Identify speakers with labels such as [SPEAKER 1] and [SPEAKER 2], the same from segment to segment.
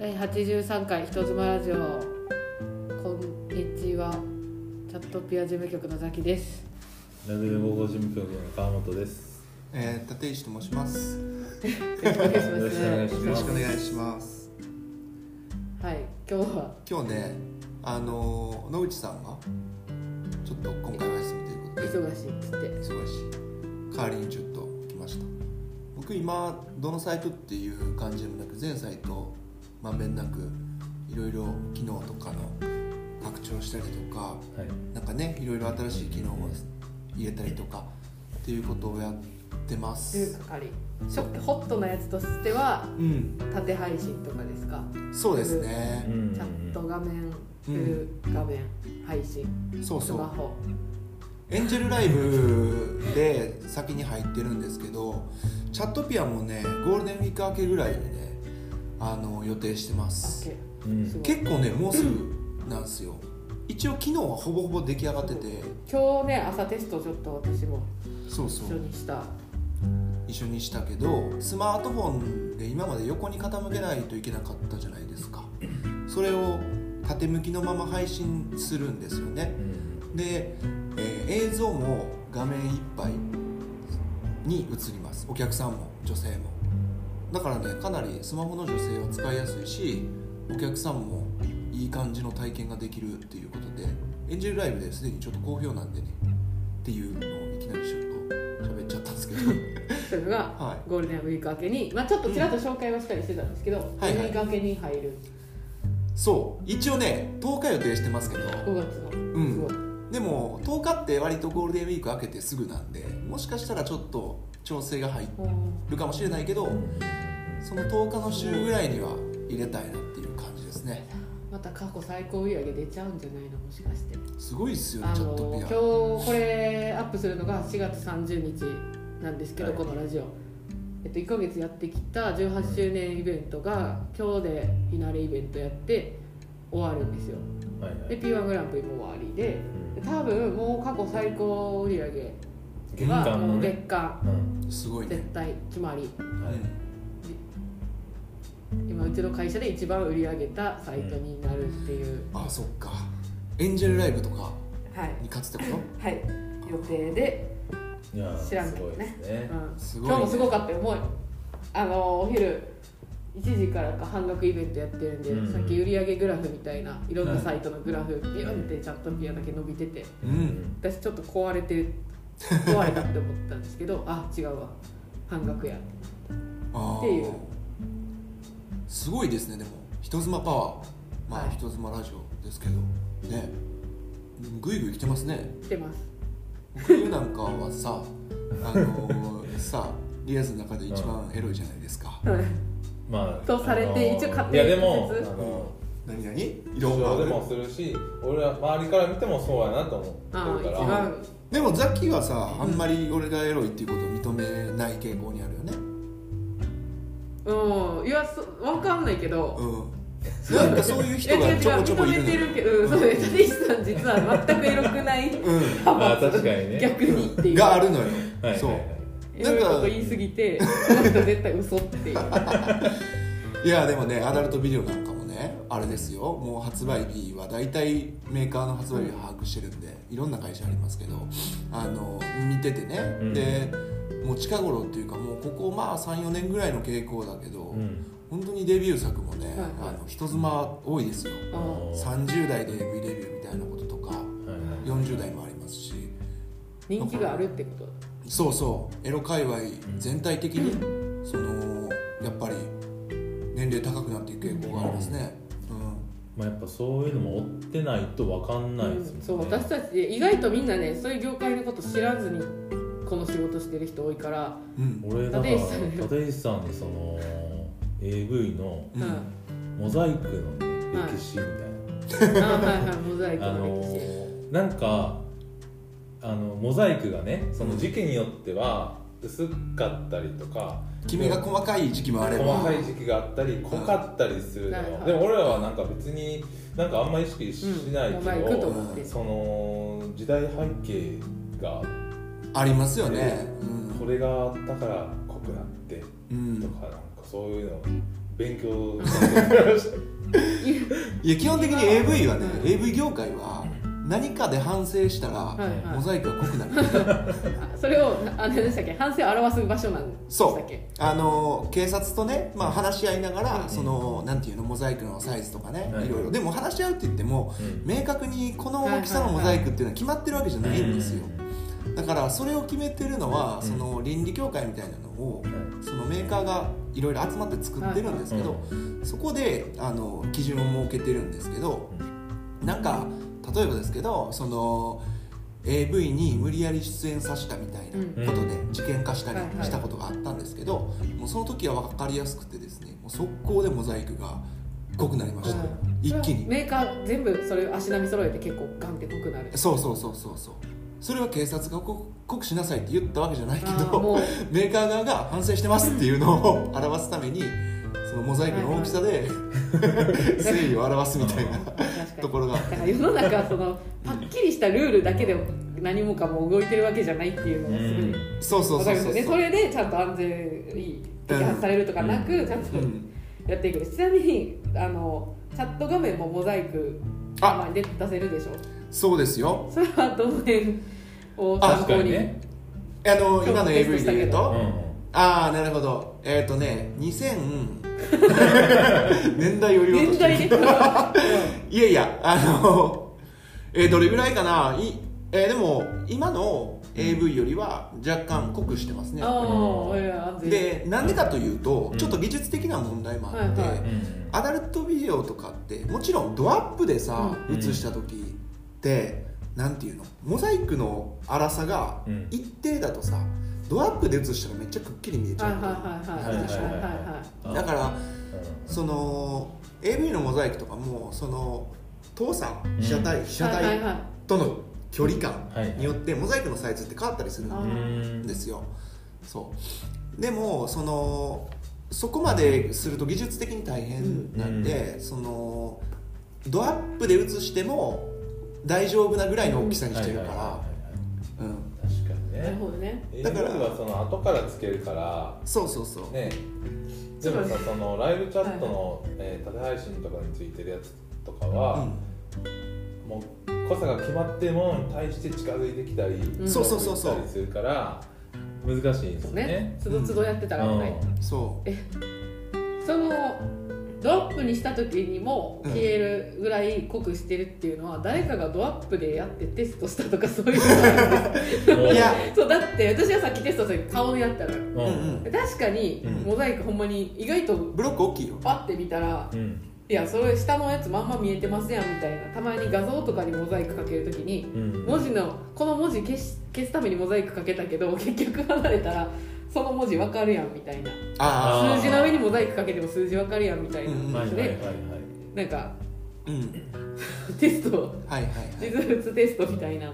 [SPEAKER 1] 83回人妻ラジオこんにちはチャットピア事務局のザキです
[SPEAKER 2] ラズル高校事務局の川本です。
[SPEAKER 3] えー、立石と申します。よ
[SPEAKER 1] よろしくお願いし
[SPEAKER 2] よろ
[SPEAKER 1] ま
[SPEAKER 2] しくお願いし
[SPEAKER 1] す
[SPEAKER 2] ます
[SPEAKER 3] ろしくお願いします。
[SPEAKER 1] はい今日は
[SPEAKER 3] 今日ね、あのー野口さんがちょっと今回お休みということで
[SPEAKER 1] 忙しいっつって
[SPEAKER 3] 忙しい。代わりにちょっと来ました。僕今どのサイトっていう感じでもなく全サイトまんべんなくいろいろ機能とかの拡張したりとか
[SPEAKER 2] はい。
[SPEAKER 3] なんかねいろいろ新しい機能を入れたりとかっていうことをやってま
[SPEAKER 1] いう
[SPEAKER 3] す。
[SPEAKER 1] 係ショックホットなやつとしては
[SPEAKER 3] うん、
[SPEAKER 1] 縦配信とかですか、
[SPEAKER 3] そうですね。
[SPEAKER 2] ん
[SPEAKER 1] チャット画面フル画面、配信
[SPEAKER 3] そう
[SPEAKER 1] ス
[SPEAKER 3] そう
[SPEAKER 1] マ。ホ
[SPEAKER 3] エンジェルライブで先に入ってるんですけどチャットピアもねゴールデンウィーク明けぐらいにねあの予定してま
[SPEAKER 1] あ
[SPEAKER 3] す
[SPEAKER 1] け
[SPEAKER 2] うん
[SPEAKER 1] すごい
[SPEAKER 3] 結構ねもうすぐなんですよ一応昨日はほぼほぼ出来上がってて
[SPEAKER 1] 今日ね朝テストちょっと私も
[SPEAKER 3] そうそ
[SPEAKER 1] 一緒
[SPEAKER 3] う
[SPEAKER 1] にした
[SPEAKER 3] 一緒にしたけどスマートフォンで今まで横に傾けないといけなかったじゃないですかそれを縦向きのまま配信するんですよね
[SPEAKER 2] うん
[SPEAKER 3] で、えー映像も画面いっぱいに映りますお客さんも女性もだからねかなりスマホの女性は使いやすいしお客さんもいい感じの体験ができるっていうことでエンジェルライブですでにちょっと好評なんでねっていうのをいきなりちょっと喋っちゃったんですけど
[SPEAKER 1] それが
[SPEAKER 3] は
[SPEAKER 1] ゴールデンウィーク明けに、まあ、ちょっとちらっと紹介はしたりしてたんですけど、ゴー
[SPEAKER 3] はい
[SPEAKER 1] ルデンウィーク明けに入る
[SPEAKER 3] そう一応ね10日予定してますけど
[SPEAKER 1] 5月の、
[SPEAKER 3] ん
[SPEAKER 1] すごい
[SPEAKER 3] でも10日って割とゴールデンウィーク明けてすぐなんでもしかしたらちょっと調整が入るかもしれないけど、その10日の週ぐらいには入れたいなっていう感じですね
[SPEAKER 1] また過去最高売り上げ出ちゃうんじゃないのもしかして
[SPEAKER 3] すごいっすよ
[SPEAKER 1] あ
[SPEAKER 3] チャッ
[SPEAKER 1] の
[SPEAKER 3] ト
[SPEAKER 1] 今日
[SPEAKER 3] ピア
[SPEAKER 1] これアップするのが4月30日なんですけど、
[SPEAKER 2] はい
[SPEAKER 1] このラジオ、えっと、1ヶ月やってきた18周年イベントが今日でフィナーレイベントやって終わるんですよ
[SPEAKER 2] はいは
[SPEAKER 1] で
[SPEAKER 2] い。
[SPEAKER 1] p 1グランプリも終わりでで多分もう過去最高売り上げ
[SPEAKER 2] 玄
[SPEAKER 1] は
[SPEAKER 2] 関
[SPEAKER 1] も
[SPEAKER 2] の
[SPEAKER 1] う月
[SPEAKER 2] ね。
[SPEAKER 1] 間
[SPEAKER 2] うん。
[SPEAKER 3] すごい
[SPEAKER 1] 絶
[SPEAKER 3] ね、
[SPEAKER 1] 対決まり
[SPEAKER 2] はい。
[SPEAKER 1] 今うちの会社で一番売り上げたサイトになるっていう、
[SPEAKER 3] うん、あそっかエンジェルライブとか
[SPEAKER 1] はい
[SPEAKER 3] に勝つってこ
[SPEAKER 1] はい予定で、
[SPEAKER 2] いやー
[SPEAKER 1] 知らん
[SPEAKER 2] す
[SPEAKER 1] けど
[SPEAKER 2] ごい
[SPEAKER 1] ね
[SPEAKER 2] です
[SPEAKER 1] うん
[SPEAKER 2] ね。
[SPEAKER 3] とすごい、
[SPEAKER 1] 今
[SPEAKER 3] ね、
[SPEAKER 1] 日もすごかったよもうあのお昼1時からか半額イベントやってるんで、
[SPEAKER 2] うん
[SPEAKER 1] さっき売り上げグラフみたいないろんな
[SPEAKER 2] はい
[SPEAKER 1] サイトのグラフビュンってチャットピアだけ伸びてて
[SPEAKER 3] うん
[SPEAKER 1] 私ちょっと壊れてる壊れたって思ったんですけ どあ違うわ半額や
[SPEAKER 3] あー
[SPEAKER 1] っていう
[SPEAKER 3] すごいですねでも人妻パワーま
[SPEAKER 1] は
[SPEAKER 3] あ、
[SPEAKER 1] い
[SPEAKER 3] 人妻ラジオですけどねぐいぐい来てますね
[SPEAKER 1] 来てます
[SPEAKER 3] 僕なんかはさあのーさリアスの中で一番エロいじゃないですか、
[SPEAKER 2] まあ。
[SPEAKER 1] とされて
[SPEAKER 2] あのー
[SPEAKER 1] 一応勝
[SPEAKER 2] い
[SPEAKER 1] 手
[SPEAKER 2] や
[SPEAKER 1] に
[SPEAKER 2] でも
[SPEAKER 1] 仮説
[SPEAKER 2] あの
[SPEAKER 3] 何々
[SPEAKER 2] ー。
[SPEAKER 3] 色があ
[SPEAKER 2] で
[SPEAKER 3] る
[SPEAKER 2] もするし、俺は周りから見てもそうやなと思
[SPEAKER 1] あ
[SPEAKER 2] って
[SPEAKER 1] 一
[SPEAKER 2] るから。
[SPEAKER 1] 番
[SPEAKER 3] でもザッキーはさあんまり俺がエロいっていうことを認めない傾向にあるよね
[SPEAKER 1] うんいやそわかんないけど、
[SPEAKER 3] うんなんかそういう人
[SPEAKER 1] いや違
[SPEAKER 3] が
[SPEAKER 1] う
[SPEAKER 3] ちょこちょこい
[SPEAKER 1] 違う認め
[SPEAKER 3] るの
[SPEAKER 1] て
[SPEAKER 3] よ
[SPEAKER 1] るけど、うん、そうです立石さん実は全くエロくない
[SPEAKER 3] うん
[SPEAKER 2] まあ確かにね。
[SPEAKER 1] 逆にって
[SPEAKER 3] う
[SPEAKER 1] い
[SPEAKER 3] ん
[SPEAKER 1] う
[SPEAKER 3] があるのよ
[SPEAKER 2] はいはいはい。
[SPEAKER 3] そう
[SPEAKER 1] エロいこと言い過ぎてこの人絶対嘘っていう
[SPEAKER 3] いやでもねアダルトビデオなんかもねあれですよもう発売日は大体メーカーの発売日を把握してるんでいろんな会社ありますけどあの見ててね、
[SPEAKER 2] うん
[SPEAKER 3] でもう近頃っていうかもうここまあ34年ぐらいの傾向だけど、
[SPEAKER 2] うん。
[SPEAKER 3] 本当にデビュー作もね、
[SPEAKER 1] いはい
[SPEAKER 3] あの人妻多いですよ
[SPEAKER 1] あ
[SPEAKER 2] ー
[SPEAKER 3] 30代で AV デビューみたいなこととか
[SPEAKER 2] はいはい
[SPEAKER 3] 40代もありますし
[SPEAKER 1] 人気があるってこと
[SPEAKER 3] そうそうエロ界隈全体的に、そのやっぱり年齢高くなっていく傾向がありますね、う
[SPEAKER 2] まあやっぱそういうのも追ってないとわかんないですもん
[SPEAKER 1] うん
[SPEAKER 2] ね。
[SPEAKER 1] そう私たち意外とみんなねそういう業界のこと知らずにこの仕事してる人多いから、
[SPEAKER 3] んうん
[SPEAKER 2] 俺だか
[SPEAKER 1] 立石さん
[SPEAKER 2] ら立石さんのその AV の
[SPEAKER 1] うんあ
[SPEAKER 2] モザイクの
[SPEAKER 1] は
[SPEAKER 2] ね
[SPEAKER 1] い
[SPEAKER 2] 歴史みたいな。
[SPEAKER 1] はいはいモザイク
[SPEAKER 2] あ
[SPEAKER 1] の
[SPEAKER 2] の
[SPEAKER 1] 歴史、
[SPEAKER 2] ーなんかあのモザイクがねその時期によっては薄かったりとか
[SPEAKER 3] キメが細かい時期もあれば
[SPEAKER 2] 細かい時期があったり濃かったりするの
[SPEAKER 1] はいは
[SPEAKER 2] よ
[SPEAKER 1] い
[SPEAKER 2] でも俺らはなんか別になんかあんま意識しない
[SPEAKER 1] うん、モザイ
[SPEAKER 2] け
[SPEAKER 1] クと
[SPEAKER 2] ど、
[SPEAKER 1] 思って
[SPEAKER 2] その時代背景が
[SPEAKER 3] ありますよね、
[SPEAKER 2] これがあったから濃くなって
[SPEAKER 3] うん、う
[SPEAKER 2] と
[SPEAKER 3] ん、
[SPEAKER 2] かなんかそういうの勉強したと思いました
[SPEAKER 3] いや基本的に AV はね AV 業界は何かで反省したら
[SPEAKER 1] いはい
[SPEAKER 3] モザイクが濃くなる
[SPEAKER 1] あそれをあ何でしたっけ反省を表す場所なんでした
[SPEAKER 3] そ
[SPEAKER 1] っ
[SPEAKER 3] う
[SPEAKER 1] け
[SPEAKER 3] あの警察とね、まあ、話し合いながら
[SPEAKER 1] うん
[SPEAKER 3] そのなんていうのモザイクのサイズとかね
[SPEAKER 2] はい
[SPEAKER 3] いろいろでも話し合うって言っても
[SPEAKER 2] うん
[SPEAKER 3] 明確にこの大きさのモザイクっていうのは決まってるわけじゃないんですよだからそれを決めてるのは
[SPEAKER 2] うん
[SPEAKER 3] その倫理協会みたいなのを
[SPEAKER 2] はい
[SPEAKER 3] そのメーカーがいろいろ集まって作ってるんですけどそこであの基準を設けてるんですけど
[SPEAKER 2] う
[SPEAKER 3] なんか例えばですけどその AV に無理やり出演させたみたいなことで事件化したり
[SPEAKER 1] はいはい
[SPEAKER 3] したことがあったんですけど、もうその時は分かりやすくてですねもう速攻でモザイクが濃くなりました、
[SPEAKER 1] うん
[SPEAKER 3] 一気
[SPEAKER 1] それ
[SPEAKER 3] に
[SPEAKER 1] はメーカー全部それを足並み揃えて結構ガンって濃くなる
[SPEAKER 3] そうそうそうそうそうそれは警察が濃く濃くしなさいって言ったわけじゃないけ
[SPEAKER 1] あーも
[SPEAKER 3] ど
[SPEAKER 1] う
[SPEAKER 3] メーカー側が反省してますっていうのを 表すためにそのモザイクの大きさで 誠意を表すみたいな
[SPEAKER 1] 確か
[SPEAKER 3] と
[SPEAKER 1] に
[SPEAKER 3] ころが
[SPEAKER 1] だから世の中はそのはっきりしたルールだけで何もかも動いてるわけじゃないっていうのがすごい、
[SPEAKER 2] ん
[SPEAKER 3] そうそう
[SPEAKER 1] わ
[SPEAKER 3] そ
[SPEAKER 1] か
[SPEAKER 3] う
[SPEAKER 1] りま
[SPEAKER 3] そ
[SPEAKER 1] す
[SPEAKER 3] う
[SPEAKER 1] ねそれでちゃんと安全に摘発されるとかなく、
[SPEAKER 2] うん
[SPEAKER 1] ちゃんと
[SPEAKER 3] うん
[SPEAKER 1] やっていくちなみにあのチャット画面もモザイクたまに出出せるでしょ
[SPEAKER 3] そうですよ
[SPEAKER 1] それはどの辺を
[SPEAKER 3] あ
[SPEAKER 1] 参
[SPEAKER 2] 確か
[SPEAKER 1] 考に
[SPEAKER 2] にね
[SPEAKER 3] あの
[SPEAKER 1] そう
[SPEAKER 3] 今の
[SPEAKER 1] テスト
[SPEAKER 3] AV
[SPEAKER 1] し
[SPEAKER 3] で
[SPEAKER 1] たけど
[SPEAKER 3] 言う
[SPEAKER 2] う
[SPEAKER 3] と、
[SPEAKER 2] ん
[SPEAKER 3] ああなるほどえっ、ー、とね2000 年代を言おうと
[SPEAKER 1] 年
[SPEAKER 3] してる
[SPEAKER 1] 代でうん
[SPEAKER 3] いやいやあのえーどれぐらいかない、えーでも今の AV よりは若干濃くしてますね
[SPEAKER 1] ああいや安全
[SPEAKER 3] でなんでかというと、
[SPEAKER 2] うん
[SPEAKER 3] ちょっと技術的な問題もあって、
[SPEAKER 1] はいはい
[SPEAKER 2] うん
[SPEAKER 3] アダルトビデオとかってもちろんドアップでさ、
[SPEAKER 2] うん
[SPEAKER 3] 映した時ってなんていうのモザイクの粗さが
[SPEAKER 2] うん
[SPEAKER 3] 一定だとさドアップで映したらめっちゃくっきり見えち
[SPEAKER 1] はい
[SPEAKER 3] ゃ
[SPEAKER 1] は
[SPEAKER 3] う
[SPEAKER 1] いはいはいはいはいは
[SPEAKER 2] はい
[SPEAKER 3] だから
[SPEAKER 2] う
[SPEAKER 3] その AV のモザイクとかもその父さん被写体被
[SPEAKER 1] い
[SPEAKER 3] 写
[SPEAKER 1] はいはい
[SPEAKER 3] 体
[SPEAKER 1] はい
[SPEAKER 3] との距離感
[SPEAKER 2] んはい
[SPEAKER 3] によってモザイクのサイズって変わったりする
[SPEAKER 1] あ
[SPEAKER 2] う
[SPEAKER 3] ん
[SPEAKER 2] ん
[SPEAKER 3] ですよそうでもそのそこまですると技術的に大変なんで、そのドアップで映しても大丈夫なぐらいの大きさにしてるから
[SPEAKER 2] は、いはいはいは
[SPEAKER 3] うん、
[SPEAKER 2] い確かに
[SPEAKER 1] なる
[SPEAKER 2] ね
[SPEAKER 1] ほどね
[SPEAKER 2] え
[SPEAKER 3] だから
[SPEAKER 2] 僕はその後からつけるから
[SPEAKER 3] そうそうそう、
[SPEAKER 2] ねでもさそのライブチャットの、えー縦配信とかについてるやつとか
[SPEAKER 3] う
[SPEAKER 2] は、
[SPEAKER 3] ん
[SPEAKER 2] もう濃さが決まってもに対して近づいてきたり、
[SPEAKER 1] ん
[SPEAKER 3] そうそうそうそう
[SPEAKER 2] 近づいてきたりするから難しいんですよね
[SPEAKER 1] ねつどつどやってたら危ない、
[SPEAKER 2] う
[SPEAKER 3] そう
[SPEAKER 1] そのドアップにした時にも消えるぐらい濃くしてるっていうのは、誰かがドアップでやってテストしたとかそういうことなんです
[SPEAKER 2] んもう
[SPEAKER 3] いや
[SPEAKER 1] そうだって私はさっきテストした時顔でやったのよ
[SPEAKER 2] うん
[SPEAKER 3] う
[SPEAKER 2] うん
[SPEAKER 3] うんん
[SPEAKER 1] 確かに
[SPEAKER 2] うん
[SPEAKER 1] モザイクほんまに意外と
[SPEAKER 3] ブロック大きいよ
[SPEAKER 1] パッて見たらいやそれ下のやつまんま見えてますやんみたいなたまに画像とかにモザイクかける時に
[SPEAKER 2] うん
[SPEAKER 1] 文字のこの文字消し消すためにモザイクかけたけど結局離れたらその文字わかるやんみたいな
[SPEAKER 3] あ
[SPEAKER 2] あー
[SPEAKER 1] 数字の上にモザイクかけても数字わかるやんみたいな
[SPEAKER 3] うん
[SPEAKER 2] はい
[SPEAKER 1] 感
[SPEAKER 2] は
[SPEAKER 1] じ
[SPEAKER 2] いは
[SPEAKER 1] で
[SPEAKER 2] いはい
[SPEAKER 1] なんか
[SPEAKER 3] あうん
[SPEAKER 1] テスト
[SPEAKER 3] はいはいはい
[SPEAKER 1] 実物テストみたいな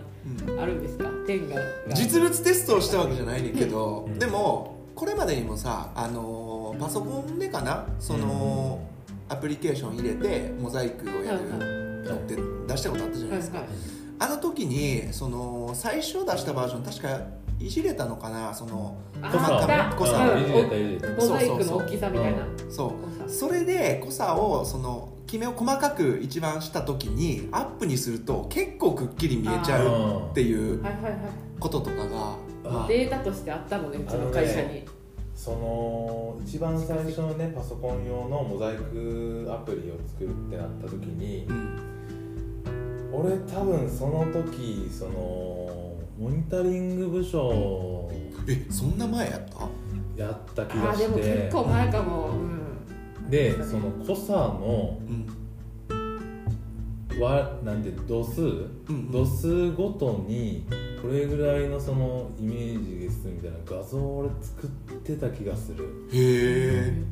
[SPEAKER 3] うん
[SPEAKER 1] あるんですか点が
[SPEAKER 3] 実物テストをしたわけじゃないねんけど、
[SPEAKER 2] うん
[SPEAKER 3] でもこれまでにもさ、あのーパソコンでかなその、アプリケーション入れてモザイクをや
[SPEAKER 1] はいは
[SPEAKER 3] るのって出したことあったじゃないですか、
[SPEAKER 1] はいはい
[SPEAKER 3] あの時にその最初出したバージョン確かいじれたのかなその
[SPEAKER 1] あ
[SPEAKER 3] 細か
[SPEAKER 1] だ
[SPEAKER 3] め濃さ
[SPEAKER 2] うんいじれたいじれた
[SPEAKER 1] モザイクの大きさみたいな
[SPEAKER 3] そう
[SPEAKER 1] 濃さ
[SPEAKER 3] それで濃さをそのキメを細かく一番した時にアップにすると結構くっきり見えちゃう
[SPEAKER 2] うん
[SPEAKER 3] っていう
[SPEAKER 1] はいはいはい
[SPEAKER 3] こととかが、まあ
[SPEAKER 1] データとしてあったのねうちの会社に
[SPEAKER 2] その一番最初のねパソコン用のモザイクアプリを作るってなった時に
[SPEAKER 3] うん
[SPEAKER 2] 俺多分その時そのモニタリング部署
[SPEAKER 3] えそんな前やった
[SPEAKER 2] やった気
[SPEAKER 1] あー
[SPEAKER 2] がして
[SPEAKER 1] でも結構前かもうん
[SPEAKER 2] でその濃さの
[SPEAKER 3] うん
[SPEAKER 2] はなんて度数、
[SPEAKER 3] うん
[SPEAKER 2] 度数ごとにこれぐらいのそのイメージですみたいな画像を俺作ってた気がする
[SPEAKER 3] へえ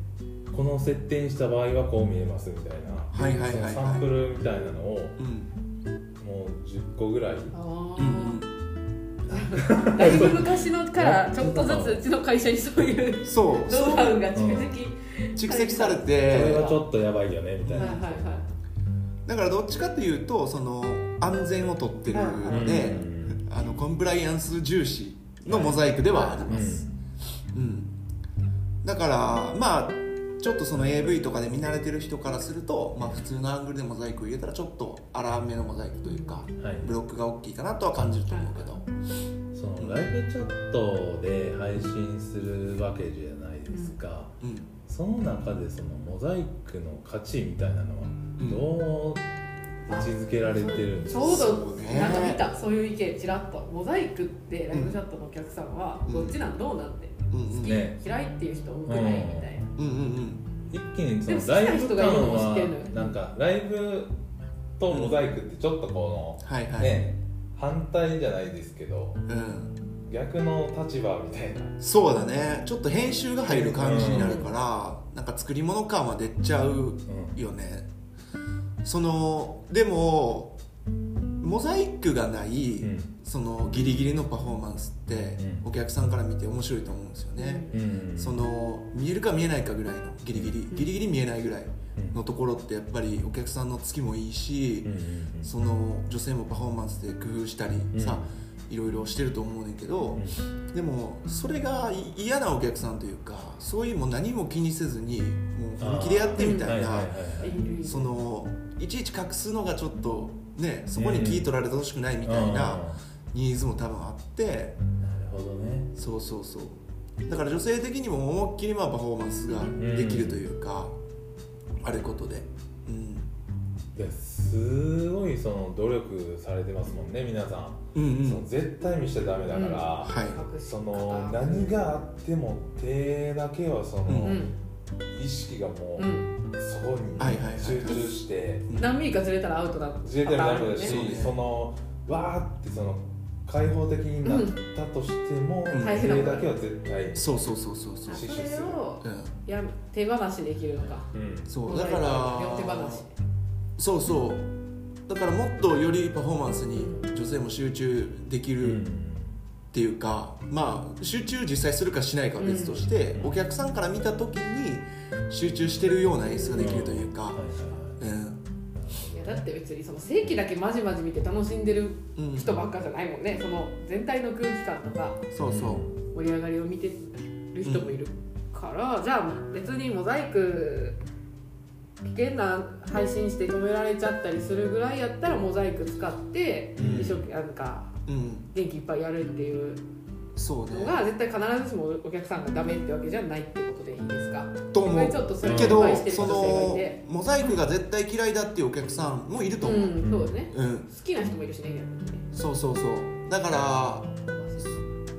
[SPEAKER 2] この設定にした場合はこう見えますみたいな、
[SPEAKER 3] はいはいはいはい
[SPEAKER 2] そのサンプルみたいなのを
[SPEAKER 3] うん
[SPEAKER 2] もう10個ぐらい
[SPEAKER 1] あ
[SPEAKER 3] うんうん
[SPEAKER 1] ーだいぶ昔のからちょっとずつうちの会社にそういう
[SPEAKER 3] そう
[SPEAKER 1] ノウハウが蓄積
[SPEAKER 3] 蓄積され
[SPEAKER 2] これ
[SPEAKER 3] て
[SPEAKER 2] はちょっとやばいよねみたい
[SPEAKER 1] は、
[SPEAKER 2] ない
[SPEAKER 1] はいはい
[SPEAKER 3] だからどっちかというとその安全をとってるの
[SPEAKER 2] う
[SPEAKER 3] で
[SPEAKER 2] ん
[SPEAKER 3] あのコンプライアンス重視のモザイクではあります、うんだからまあちちょっとその AV とかで見慣れてる人からすると、まあ、普通のアングルでモザイクを入れたらちょっと荒めのモザイクというか
[SPEAKER 2] はい
[SPEAKER 3] ブロックが大きいかなとは感じると思うけど
[SPEAKER 2] そのライブチャットで配信するわけじゃないですか、
[SPEAKER 3] うん
[SPEAKER 2] その中でそのモザイクの価値みたいなのはどう位置づけられてるんです
[SPEAKER 1] ち
[SPEAKER 2] か、
[SPEAKER 1] ょう
[SPEAKER 3] そ
[SPEAKER 1] ど
[SPEAKER 3] うね
[SPEAKER 1] なんか見たそういう意見ちらっとモザイクってライブチャットのお客さんは
[SPEAKER 3] うん
[SPEAKER 1] どっちなんどうなんで
[SPEAKER 3] うんうん
[SPEAKER 1] 好き
[SPEAKER 2] ね
[SPEAKER 1] 嫌いっていう人多くないみたいな
[SPEAKER 3] うんうん
[SPEAKER 2] 一気にそ
[SPEAKER 1] でも好き
[SPEAKER 2] のラ
[SPEAKER 1] な
[SPEAKER 2] イブ
[SPEAKER 1] 人
[SPEAKER 2] 感
[SPEAKER 1] がいるのも知ってるのよ
[SPEAKER 2] はなんかライブとモザイクってちょっとこ
[SPEAKER 3] はい
[SPEAKER 2] の、
[SPEAKER 3] はい、
[SPEAKER 2] ね反対じゃないですけど
[SPEAKER 3] うん、
[SPEAKER 2] 逆の立場みたいな
[SPEAKER 3] そうだねちょっと編集が入る感じになるから、なんか作り物感は出ちゃうよねそのでもモザイクがない、
[SPEAKER 2] うん
[SPEAKER 3] そのギリギリのパフォーマンスって
[SPEAKER 2] う
[SPEAKER 3] お客さんから見て面白いと思うんですよね、
[SPEAKER 2] うんうん
[SPEAKER 3] その見えるか見えないかぐらいのギリギリギリギリ見えないぐらいのところってやっぱりお客さんのつきもいいし
[SPEAKER 2] うん、うんうん
[SPEAKER 3] その女性もパフォーマンスで工夫したり
[SPEAKER 2] うん
[SPEAKER 3] さ、いろいろしてると思うねんけど、
[SPEAKER 2] う
[SPEAKER 3] でもそれがい嫌なお客さんというかそういうもう何も気にせずにもう本気でやってみ
[SPEAKER 2] ん
[SPEAKER 3] た
[SPEAKER 2] はいい
[SPEAKER 3] な、
[SPEAKER 2] はいはいはい
[SPEAKER 1] いる
[SPEAKER 3] そのいちいち隠すのがちょっとねそこに気取られてほしくないみたいなニーズも多分あって
[SPEAKER 2] うんなるほどね
[SPEAKER 3] そうそうそうだから女性的にも思いっきりまあパフォーマンスができるというか、あることで、うん、
[SPEAKER 2] ですごいその努力されてますもんね皆さん、
[SPEAKER 3] うんうん
[SPEAKER 2] その絶対見しちゃダメだから、
[SPEAKER 1] うん
[SPEAKER 3] はい
[SPEAKER 1] 隠し
[SPEAKER 2] そ
[SPEAKER 1] 方
[SPEAKER 2] の何があっても手だけはその、
[SPEAKER 3] う
[SPEAKER 1] うん
[SPEAKER 2] 意識がもう、
[SPEAKER 1] うん
[SPEAKER 2] そこに
[SPEAKER 3] はいはいはい
[SPEAKER 2] 集中して
[SPEAKER 1] 何ミリかずれたらアウトだ
[SPEAKER 2] 自衛隊もダメだ
[SPEAKER 3] そうね
[SPEAKER 2] しそのわーってその開放的になったとしても
[SPEAKER 3] うん
[SPEAKER 2] 手だけは絶対
[SPEAKER 3] そうそうそうそうそう、
[SPEAKER 1] それを
[SPEAKER 3] う
[SPEAKER 1] や手放しできるのか
[SPEAKER 2] うん
[SPEAKER 3] ん、そうだから
[SPEAKER 1] 両手放し
[SPEAKER 3] そうそうだからもっとよりパフォーマンスに女性も集中でき
[SPEAKER 2] う
[SPEAKER 3] るっていうか、まあ集中実際するかしないかは別として、
[SPEAKER 2] うん
[SPEAKER 3] お客さんから見た時に集中してるような演出ができるというか
[SPEAKER 2] はい、はい
[SPEAKER 3] うん
[SPEAKER 1] いやだって別にその正規だけまじまじ見て楽しんでる
[SPEAKER 3] うん
[SPEAKER 1] 人ばっかじゃないもんねその全体の空気感とか
[SPEAKER 3] そうそう
[SPEAKER 1] 盛り上がりを見てる人もいるから、じゃあ別にモザイク危険な配信して止められちゃったりするぐらいやったらモザイク使って
[SPEAKER 2] うん
[SPEAKER 1] 一生懸命なんか
[SPEAKER 3] うん
[SPEAKER 1] 元気いっぱいやるっていう
[SPEAKER 3] そう
[SPEAKER 1] の
[SPEAKER 3] ね
[SPEAKER 1] が絶対必ずしもお客さんがダメってわけじゃないってことでいいですか
[SPEAKER 3] と思
[SPEAKER 1] ち
[SPEAKER 3] う
[SPEAKER 1] ょっとそれを
[SPEAKER 3] け
[SPEAKER 1] 心
[SPEAKER 3] ど
[SPEAKER 1] 配してる
[SPEAKER 3] そ
[SPEAKER 1] 女性がい
[SPEAKER 3] の
[SPEAKER 1] て
[SPEAKER 3] モザイクが絶対嫌いだっていうお客さんもいると
[SPEAKER 1] う
[SPEAKER 3] 思う、
[SPEAKER 1] んそうね
[SPEAKER 3] うん
[SPEAKER 1] 好きな人もいるしね逆にね
[SPEAKER 3] そうそうそうだから、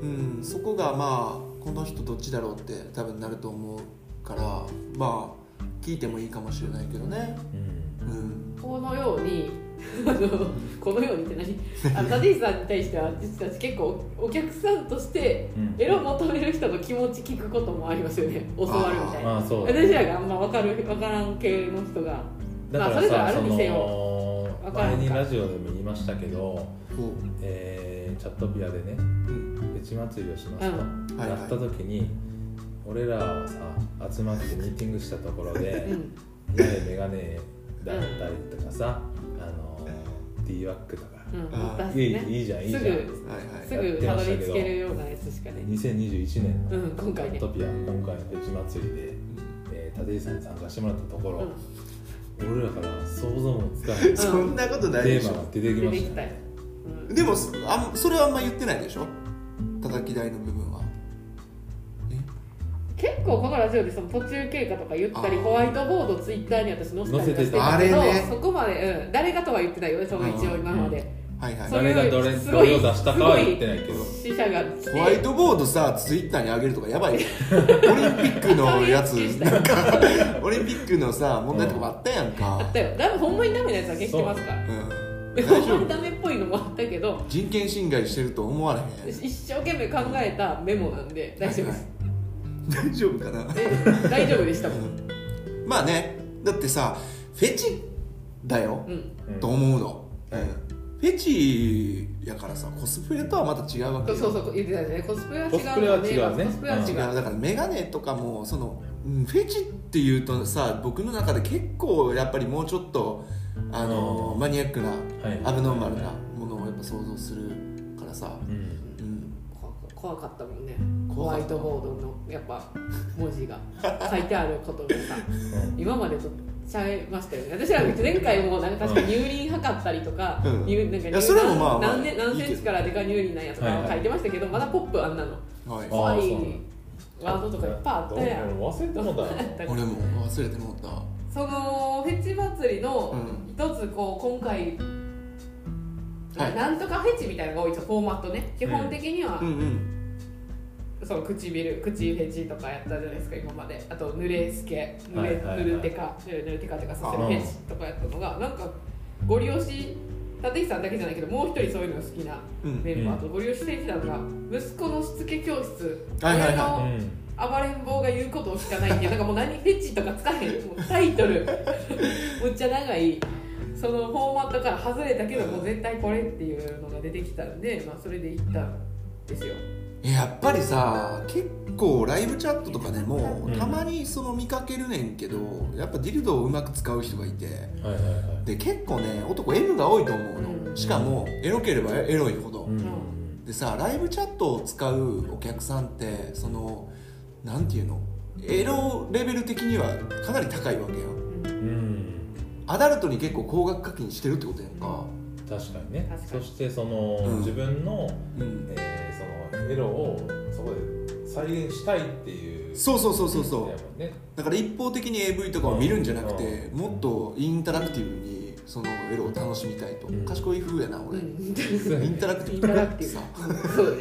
[SPEAKER 3] うん、そこがまあこの人どっちだろうって多分なると思うからまあ聞いてもいいかもしれないけどね、
[SPEAKER 2] うん
[SPEAKER 3] うん、
[SPEAKER 1] このようにあのこのようにって 何あの立石さんに対しては私たち結構おお客さんとして
[SPEAKER 2] うん
[SPEAKER 1] エロ求める人の気持ち聞くこともありますよね教わるみたいな
[SPEAKER 2] まあそう
[SPEAKER 1] 私らがあんま分かる分からん系の人が
[SPEAKER 2] だか
[SPEAKER 1] まあそれぞれ
[SPEAKER 2] ら
[SPEAKER 1] あ
[SPEAKER 2] さ
[SPEAKER 1] る
[SPEAKER 2] そ
[SPEAKER 1] にせよ
[SPEAKER 2] の
[SPEAKER 1] わかる
[SPEAKER 2] 前
[SPEAKER 1] のか
[SPEAKER 2] にラジオでも言いましたけど
[SPEAKER 3] こ
[SPEAKER 2] えーチャットピアでね
[SPEAKER 3] う、うん、
[SPEAKER 2] フェチ祭りをします
[SPEAKER 1] う
[SPEAKER 2] と
[SPEAKER 3] はい
[SPEAKER 2] や
[SPEAKER 3] はい
[SPEAKER 2] った時に俺らはさ集まってミーティングしたところで
[SPEAKER 1] うん
[SPEAKER 2] 誰メガネだったりとかさ、あの D ワックとか、
[SPEAKER 1] うん
[SPEAKER 3] あ
[SPEAKER 1] 出す
[SPEAKER 2] いい
[SPEAKER 1] ね
[SPEAKER 2] いいじゃんいいじゃん
[SPEAKER 1] すぐ
[SPEAKER 3] はいはい
[SPEAKER 1] すぐたどり着けるようなやつしかね
[SPEAKER 2] 2021年の
[SPEAKER 1] うん今回ね
[SPEAKER 2] トピア今回のフェチ祭りで、えー、立石さんに参加してもらったところ、俺らから想像もつかない
[SPEAKER 3] そんなことない
[SPEAKER 2] テ
[SPEAKER 3] で
[SPEAKER 2] ー
[SPEAKER 3] し
[SPEAKER 2] マが
[SPEAKER 3] ょ
[SPEAKER 2] 出てき
[SPEAKER 1] 出
[SPEAKER 2] ま
[SPEAKER 1] て
[SPEAKER 2] し
[SPEAKER 1] き
[SPEAKER 2] た
[SPEAKER 1] たよ
[SPEAKER 2] ね
[SPEAKER 1] うん
[SPEAKER 3] でもそあんそれはあんま言ってないでしょ叩き台の部分は
[SPEAKER 1] 結構このラジオでその途中経過とか言ったり
[SPEAKER 3] あー
[SPEAKER 1] ホワイトボードツイッターに私載せたりとか
[SPEAKER 3] 載
[SPEAKER 1] して
[SPEAKER 3] せて
[SPEAKER 1] た
[SPEAKER 3] たあ
[SPEAKER 1] け
[SPEAKER 3] れ
[SPEAKER 1] ど、
[SPEAKER 3] ね
[SPEAKER 1] そこまで、うん、誰がとは言ってないよねその一応今まで、
[SPEAKER 3] はいはい
[SPEAKER 1] そう
[SPEAKER 2] 誰がどれ
[SPEAKER 1] す
[SPEAKER 2] ど
[SPEAKER 1] ごい
[SPEAKER 2] れを出したかは言ってないけど
[SPEAKER 1] 死者が来て
[SPEAKER 3] ホワイトボードさツイッターに上げるとかやばいよオリンピックのやつ
[SPEAKER 1] そういう意識した
[SPEAKER 3] なんかオリンピックのさ問題とかもあったやん
[SPEAKER 1] あ
[SPEAKER 3] か
[SPEAKER 1] っ、たよだほんまにダメなやつは結構来てますから
[SPEAKER 3] うん、
[SPEAKER 1] で
[SPEAKER 3] 大
[SPEAKER 1] ほんま
[SPEAKER 3] 丈
[SPEAKER 1] に
[SPEAKER 3] 夫
[SPEAKER 1] ダメっぽいのもあったけど
[SPEAKER 3] 人権侵害してると思われへん
[SPEAKER 1] 一生懸命考えたメモなんで大丈夫です、
[SPEAKER 3] はいはい大丈夫かな
[SPEAKER 1] え大丈夫でしたも ん、
[SPEAKER 3] まあねだってさフェチだよ
[SPEAKER 1] う、ん、
[SPEAKER 2] うん
[SPEAKER 3] と思うの、
[SPEAKER 2] はい
[SPEAKER 3] フェチやからさコスプレとはまた違うわけ
[SPEAKER 1] そう
[SPEAKER 3] よ
[SPEAKER 1] そうそう言ってたよねコスプレは違う
[SPEAKER 2] コスプレは違うね
[SPEAKER 1] コスプレは違
[SPEAKER 3] 違う
[SPEAKER 1] う、
[SPEAKER 3] だからメガネとかもそのうんフェチっていうとさ僕の中で結構やっぱりもうちょっとあの
[SPEAKER 2] うん
[SPEAKER 3] マニアックな、
[SPEAKER 2] はい
[SPEAKER 3] アブノーマルなものをやっぱ想像するからさ、
[SPEAKER 2] うん
[SPEAKER 3] うん、
[SPEAKER 1] こ怖かったもんねホ
[SPEAKER 3] 怖
[SPEAKER 1] ワ
[SPEAKER 3] か
[SPEAKER 1] イ
[SPEAKER 3] った
[SPEAKER 1] トボードのやっぱ文字が書いてあることも さ
[SPEAKER 2] うん
[SPEAKER 1] 今までとちゃいましたよね私ら前回もなんか確か乳輪測ったりとか,、
[SPEAKER 3] うん
[SPEAKER 1] 乳なんか
[SPEAKER 3] いやそれもまあまあ
[SPEAKER 1] 何年何センチからでか乳輪なんやと
[SPEAKER 2] はいは
[SPEAKER 1] か
[SPEAKER 2] い
[SPEAKER 1] 書いてましたけど、まだポップあんなの
[SPEAKER 3] はい
[SPEAKER 2] あ
[SPEAKER 1] 怖い
[SPEAKER 2] そうなん
[SPEAKER 1] ワードとかいっぱいあったやん
[SPEAKER 2] どう忘れてもだよ
[SPEAKER 1] だから
[SPEAKER 3] 俺も忘れてもった
[SPEAKER 1] そのフェチ祭りの
[SPEAKER 3] うん
[SPEAKER 1] 一つこう今回、
[SPEAKER 3] はい
[SPEAKER 1] なんとかフェチみたいなのが多いんですよフォーマットね基本的には、
[SPEAKER 3] うんうん
[SPEAKER 1] その唇口フェチとかやったじゃないですか今まであと濡れすけ濡
[SPEAKER 2] はい
[SPEAKER 1] れ
[SPEAKER 2] はいはい
[SPEAKER 1] 濡れてか濡れ濡れてかってかさせる
[SPEAKER 2] あ
[SPEAKER 1] フ
[SPEAKER 2] ー
[SPEAKER 1] ェチとかやったのがなんかご利用し立石さんだけじゃないけどもう一人そういうの好きな
[SPEAKER 3] うん
[SPEAKER 1] メンバーとご利用し選手なのが息子のしつけ教室
[SPEAKER 3] はいはいはい
[SPEAKER 1] 親の
[SPEAKER 2] う
[SPEAKER 1] 暴れん坊が言うことを聞かないっていうなんかもう何フェチとかつかへんもうタイト ルむっちゃ長いそのフォーマットから外れたけどもう絶対これっていうのが出てきたんで、まあ、それで行ったんですよ
[SPEAKER 3] えやっぱりさ結構ライブチャットとかでも
[SPEAKER 2] うん
[SPEAKER 3] たまにその見かけるねんけどやっぱディルドをうまく使う人がいて
[SPEAKER 2] んはいはいはい
[SPEAKER 3] で結構ね男 M が多いと思う
[SPEAKER 1] う
[SPEAKER 3] の
[SPEAKER 1] ん
[SPEAKER 3] しかもエロければエロいほど
[SPEAKER 2] うん
[SPEAKER 3] でさライブチャットを使うお客さんってそのなんていうのエロレベル的にはかなり高いわけやん
[SPEAKER 2] うん
[SPEAKER 3] アダルトに結構高額課金してるってことやんか
[SPEAKER 2] 確かにね
[SPEAKER 1] 確か
[SPEAKER 2] そ
[SPEAKER 1] に
[SPEAKER 2] してその、
[SPEAKER 3] うん
[SPEAKER 2] 自分の,、
[SPEAKER 3] うん
[SPEAKER 2] えー、そのエロをそこで再現したいっていう
[SPEAKER 3] そうそうそうそうそう
[SPEAKER 2] だもんね
[SPEAKER 3] だから一方的に AV とかを見るんじゃなくてもっとインタラクティブにそのエロを楽しみたいと、
[SPEAKER 2] うん
[SPEAKER 3] 賢い風やな
[SPEAKER 1] う
[SPEAKER 3] 俺、
[SPEAKER 1] ん、
[SPEAKER 3] インタラクティブ
[SPEAKER 1] インタラクティブ
[SPEAKER 3] さ
[SPEAKER 1] そう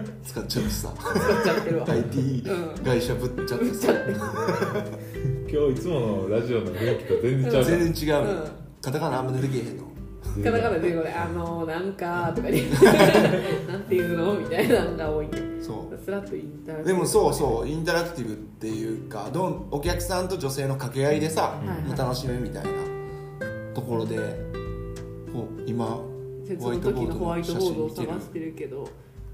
[SPEAKER 1] ね
[SPEAKER 3] 使っちゃってさ
[SPEAKER 1] 使っちゃってるわ
[SPEAKER 3] 大 T
[SPEAKER 1] うん
[SPEAKER 3] 会社ぶっちゃって
[SPEAKER 1] ぶっちゃって
[SPEAKER 3] さ
[SPEAKER 2] 今日いつものラジオの雰囲気と全然ちゃうから
[SPEAKER 3] 全然違うの、
[SPEAKER 1] うん
[SPEAKER 3] カタカナあんま出てけえへんの
[SPEAKER 1] カタカナでこれあのー、なんかーとか になんていうのみたいなのが多いんで
[SPEAKER 3] そ
[SPEAKER 1] スラッとインタラ
[SPEAKER 3] うでもそうそうインタラクティブっていうかどんお客さんと女性の掛け合いでさ、
[SPEAKER 1] はいはい
[SPEAKER 3] 楽しむみたいなところでこう今
[SPEAKER 1] 節の時のホワイトボードを探してるけど